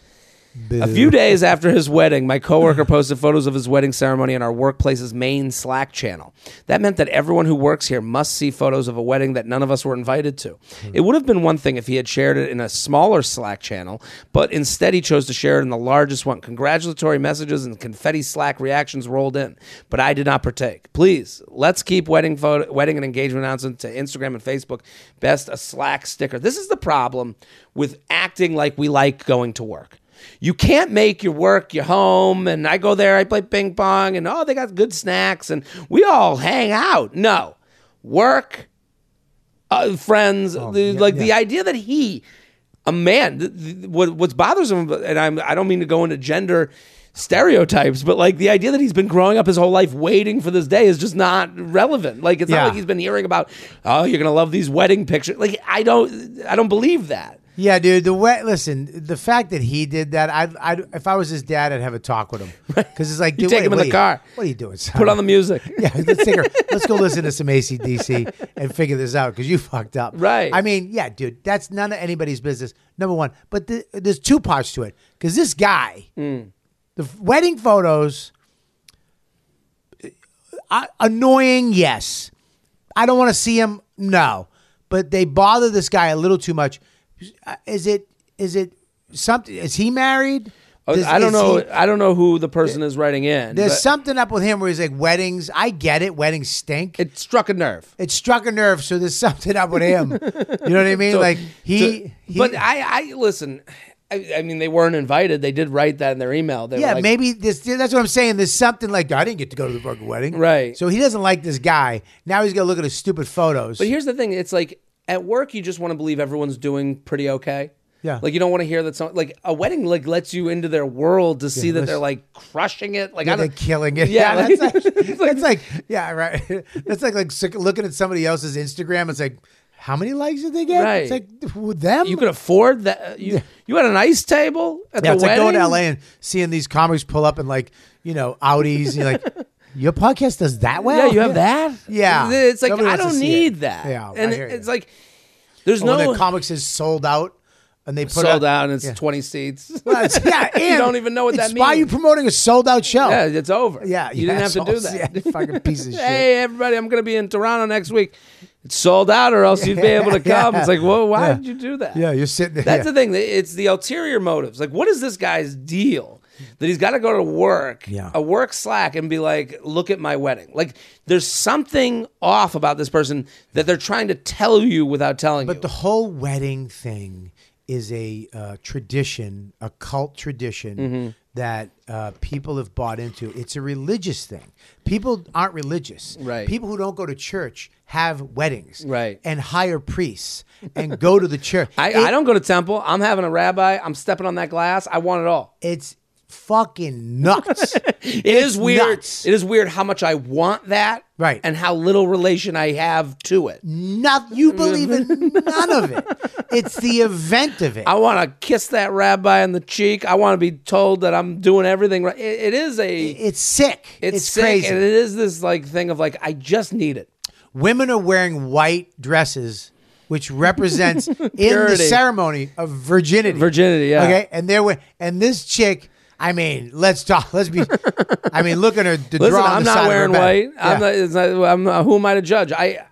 S2: boo.
S1: A few days after his wedding, my coworker posted photos of his wedding ceremony on our workplace's main Slack channel. That meant that everyone who works here must see photos of a wedding that none of us were invited to. It would have been one thing if he had shared it in a smaller Slack channel, but instead he chose to share it in the largest one. Congratulatory messages and confetti Slack reactions rolled in, but I did not partake. Please, let's keep wedding photo, wedding and engagement announcement to Instagram and Facebook. Best a Slack sticker. This is the problem with acting like we like going to work. You can't make your work your home. And I go there, I play ping pong, and oh, they got good snacks, and we all hang out. No, work, uh, friends, the,
S2: Oh, yeah,
S1: like
S2: yeah.
S1: the idea that he, a man, th- th- what what's bothers him, and I'm I don't mean to go into gender stereotypes, but like the idea that he's been growing up his whole life waiting for this day is just not relevant. Like it's
S2: Yeah.
S1: not like he's been hearing about oh, you're gonna love these wedding pictures. Like I don't I don't believe that.
S2: Yeah, dude. The way listen, the fact that he did that, I, I, if I was his dad, I'd have a talk with him because it's like,
S1: You
S2: dude,
S1: take
S2: wait,
S1: him in
S2: what
S1: the
S2: are you-
S1: car.
S2: What are you doing? Son?
S1: Put on the music.
S2: Yeah, let's take her. Let's go listen to some ACDC and figure this out because you fucked up.
S1: Right.
S2: I mean, yeah, dude, that's none of anybody's business. Number one, but th- there's two parts to it because this guy,
S1: Hmm.
S2: the f- wedding photos, uh, annoying, yes. I don't want to see him, no. But they bother this guy a little too much. Uh, Is it? Is it something? Is he married?
S1: Oh,
S2: Does-
S1: I don't
S2: is
S1: know.
S2: he-
S1: I don't know who the person is writing in.
S2: there's
S1: but
S2: something up with him where he's like weddings. I get it. Weddings stink.
S1: it struck a nerve.
S2: it struck a nerve. So there's something up with him. you know what I mean?
S1: So- uh,
S2: like he,
S1: so-
S2: he
S1: but I, I listen. I, I mean, they weren't invited. They did write that in their email. They were
S2: Yeah,
S1: like,
S2: maybe this. That's what I'm saying. There's something like I didn't get to go to the fucking wedding,
S1: Right.
S2: So he doesn't like this guy. Now he's gonna look at his stupid photos.
S1: But here's the thing: it's like at work, you just want to believe everyone's doing pretty okay.
S2: Yeah.
S1: Like you don't want to hear that some like a wedding like lets you into their world to see that
S2: listen.
S1: they're like crushing it. Like I
S2: yeah, they're
S1: don't,
S2: killing it.
S1: Yeah, like-
S2: that's, like,
S1: it's like-
S2: that's like yeah, right. That's like like sick- looking at somebody else's Instagram. It's like how many likes did they get?
S1: Right.
S2: It's like with them.
S1: you could afford that. Uh, You you had a nice table at
S2: yeah,
S1: the
S2: it's like
S1: wedding.
S2: going to LA and seeing these comics pull up in like you know Audis. And you're like, your podcast does that well?
S1: yeah, you have that.
S2: Yeah.
S1: It's like
S2: Nobody
S1: I
S2: wants to
S1: don't
S2: see it.
S1: need that.
S2: Yeah, I
S1: And
S2: hear you.
S1: it's like there's
S2: Or when
S1: no
S2: the comics is sold out, and they put
S1: sold out and it's
S2: Yeah.
S1: 20 seats.
S2: Well, it's- yeah, and
S1: don't even know what
S2: it's-
S1: that
S2: Why are you
S1: means.
S2: promoting a sold out show?
S1: yeah, it's over.
S2: Yeah,
S1: you didn't have to do
S2: assholes.
S1: that.
S2: Yeah, fucking piece of shit.
S1: Hey, everybody, I'm going to be in Toronto next week. It's sold out, or else you'd be able to
S2: Yeah.
S1: come. It's like, well, why
S2: Yeah.
S1: did you do that?
S2: Yeah, you're sitting there.
S1: That's
S2: yeah.
S1: the thing. It's the ulterior motives. Like, what is this guy's deal that he's got to go to work,
S2: Yeah.
S1: a work slack, and be like, look at my wedding? Like, there's something off about this person that they're trying to tell you without telling you.
S2: But the whole wedding thing is a uh, tradition, a cult tradition
S1: Mm-hmm.
S2: that uh, people have bought into. It's a religious thing. People aren't religious.
S1: Right.
S2: People who don't go to church have weddings.
S1: Right.
S2: And hire priests and go to the church.
S1: I,
S2: It-
S1: I don't go to temple. I'm having a rabbi. I'm stepping on that glass. I want it all.
S2: It's fucking nuts.
S1: It is weird.
S2: nuts.
S1: It is weird how much I want that,
S2: Right.
S1: and how little relation I have to it.
S2: Not you
S1: Mm-hmm.
S2: believe in none of it. It's the event of it.
S1: I want to kiss that rabbi on the cheek. I want to be told that I'm doing everything right. It, it is a
S2: It's sick.
S1: it's,
S2: It's,
S1: sick,
S2: crazy.
S1: and it is this like thing of like I just need it.
S2: women are wearing white dresses, which represents in the
S1: Purity.
S2: ceremony of virginity.
S1: Virginity, yeah.
S2: Okay, and there were, and this chick. I mean, let's talk. Let's be. I mean, look at her. The
S1: Listen,
S2: draw on
S1: I'm
S2: the side
S1: not
S2: of her
S1: wearing
S2: back.
S1: white.
S2: Yeah.
S1: I'm not. It's not I'm not, who am I to judge? I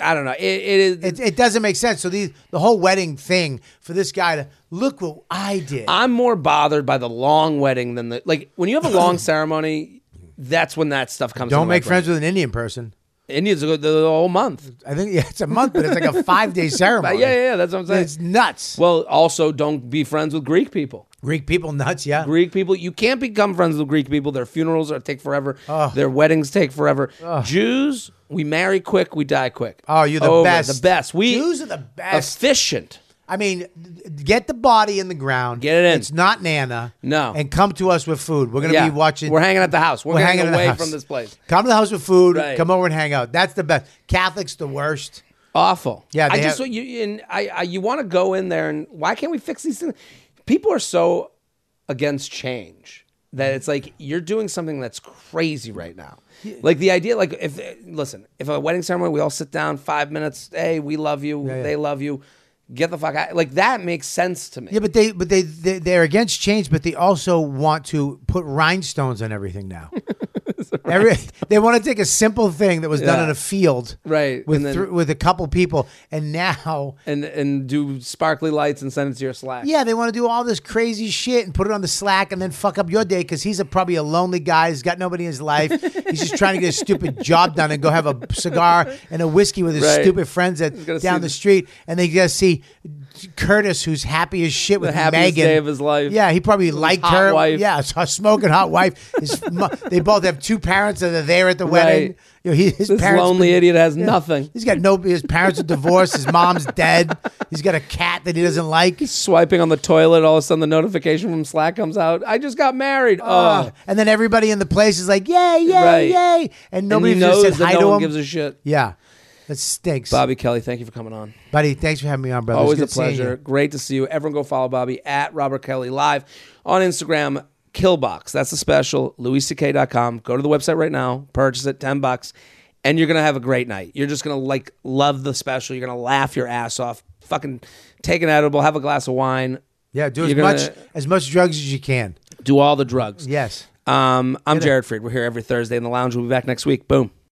S1: I don't know. It, it is.
S2: It, it doesn't make sense. So the the whole wedding thing for this guy to look what I did.
S1: I'm more bothered by the long wedding than the like when you have a long ceremony. That's when that stuff comes.
S2: Don't make friends with an Indian
S1: with
S2: person.
S1: Indians go the, the whole month.
S2: I think yeah, it's a month, but it's like a five day
S1: Yeah,
S2: ceremony.
S1: yeah, yeah. That's what I'm saying.
S2: Oh, It's nuts.
S1: well, also don't be friends with Greek people.
S2: Greek people nuts. Yeah,
S1: Greek people. You can't become friends with Greek people. Their funerals are take forever.
S2: Ugh.
S1: Their weddings take forever. Jews, we marry quick, we die quick.
S2: Ah. Oh, you're the
S1: Over.
S2: best.
S1: The best. We
S2: Jews are the best.
S1: Efficient.
S2: I mean, th- get the body in the ground.
S1: Get it in.
S2: It's not Nana.
S1: No.
S2: And come to us with food. We're gonna
S1: yeah,
S2: be watching.
S1: We're hanging at the house. We're,
S2: we're
S1: getting
S2: hanging at the
S1: away
S2: house.
S1: from this place.
S2: Come to the house with food.
S1: Right.
S2: Come over and hang out. That's the best. Catholics the worst.
S1: Awful.
S2: Yeah,
S1: I
S2: they
S1: just
S2: have-
S1: you and I, I you want to go in there and why can't we fix these things? People are so against change that it's like you're doing something that's crazy right now. Like the idea, like if listen, if a wedding ceremony, we all sit down five minutes. Hey, we love you.
S2: yeah.
S1: They love you. Get the fuck out. Like that makes sense to me.
S2: Yeah, but they but they, they they're against change, but they also want to put rhinestones on everything now. Every, they want to take a simple thing that was done
S1: Yeah.
S2: in a field,
S1: Right,
S2: With
S1: and then-
S2: thr- with a couple people, and now
S1: and and do sparkly lights and send it to your Slack.
S2: Yeah, they want to do all this crazy shit and put it on the slack and then fuck up your day because he's a, probably a lonely guy. He's got nobody in his life. he's just trying to get his stupid job done and go have a cigar and a whiskey with his
S1: Right.
S2: stupid friends at,
S1: gonna see
S2: down
S1: the-
S2: the street. And they just see Curtis, who's happy as shit with
S1: happiest
S2: Megan.
S1: day of his life.
S2: Yeah, he probably liked
S1: hot
S2: her.
S1: wife.
S2: Yeah, so a smoking hot wife. His, mo- they both have two parents that are there at the wedding.
S1: Right.
S2: You know, he, his
S1: This
S2: parents
S1: lonely idiot has nothing.
S2: He's got no. His parents are divorced. His mom's dead. He's got a cat that he doesn't like.
S1: Swiping on the toilet, all of a sudden the notification from Slack comes out. I just got married. oh,
S2: Uh, and then everybody in the place is like, yay, yay,
S1: Right.
S2: yay. And
S1: and he
S2: nobody just
S1: knows
S2: said
S1: that
S2: hi
S1: no
S2: to
S1: one
S2: him.
S1: gives a shit.
S2: yeah. That stinks.
S1: Bobby Kelly, thank you for coming on.
S2: Buddy, thanks for having me on, brother. It's
S1: Always a
S2: good seeing you.
S1: pleasure. Great to see you. Everyone go follow Bobby at Robert Kelly Live on Instagram. Killbox. That's the special. LouisCK.com. Go to the website right now. Purchase it. Ten bucks, and you're gonna have a great night. You're just gonna like love the special. You're gonna laugh your ass off. Fucking take an edible. Have a glass of wine.
S2: Yeah, do as
S1: You're gonna-
S2: much as much drugs as you can.
S1: Do all the drugs.
S2: Yes.
S1: Um, I'm Jared Fried. We're here every Thursday in the lounge. We'll be back next week. Boom.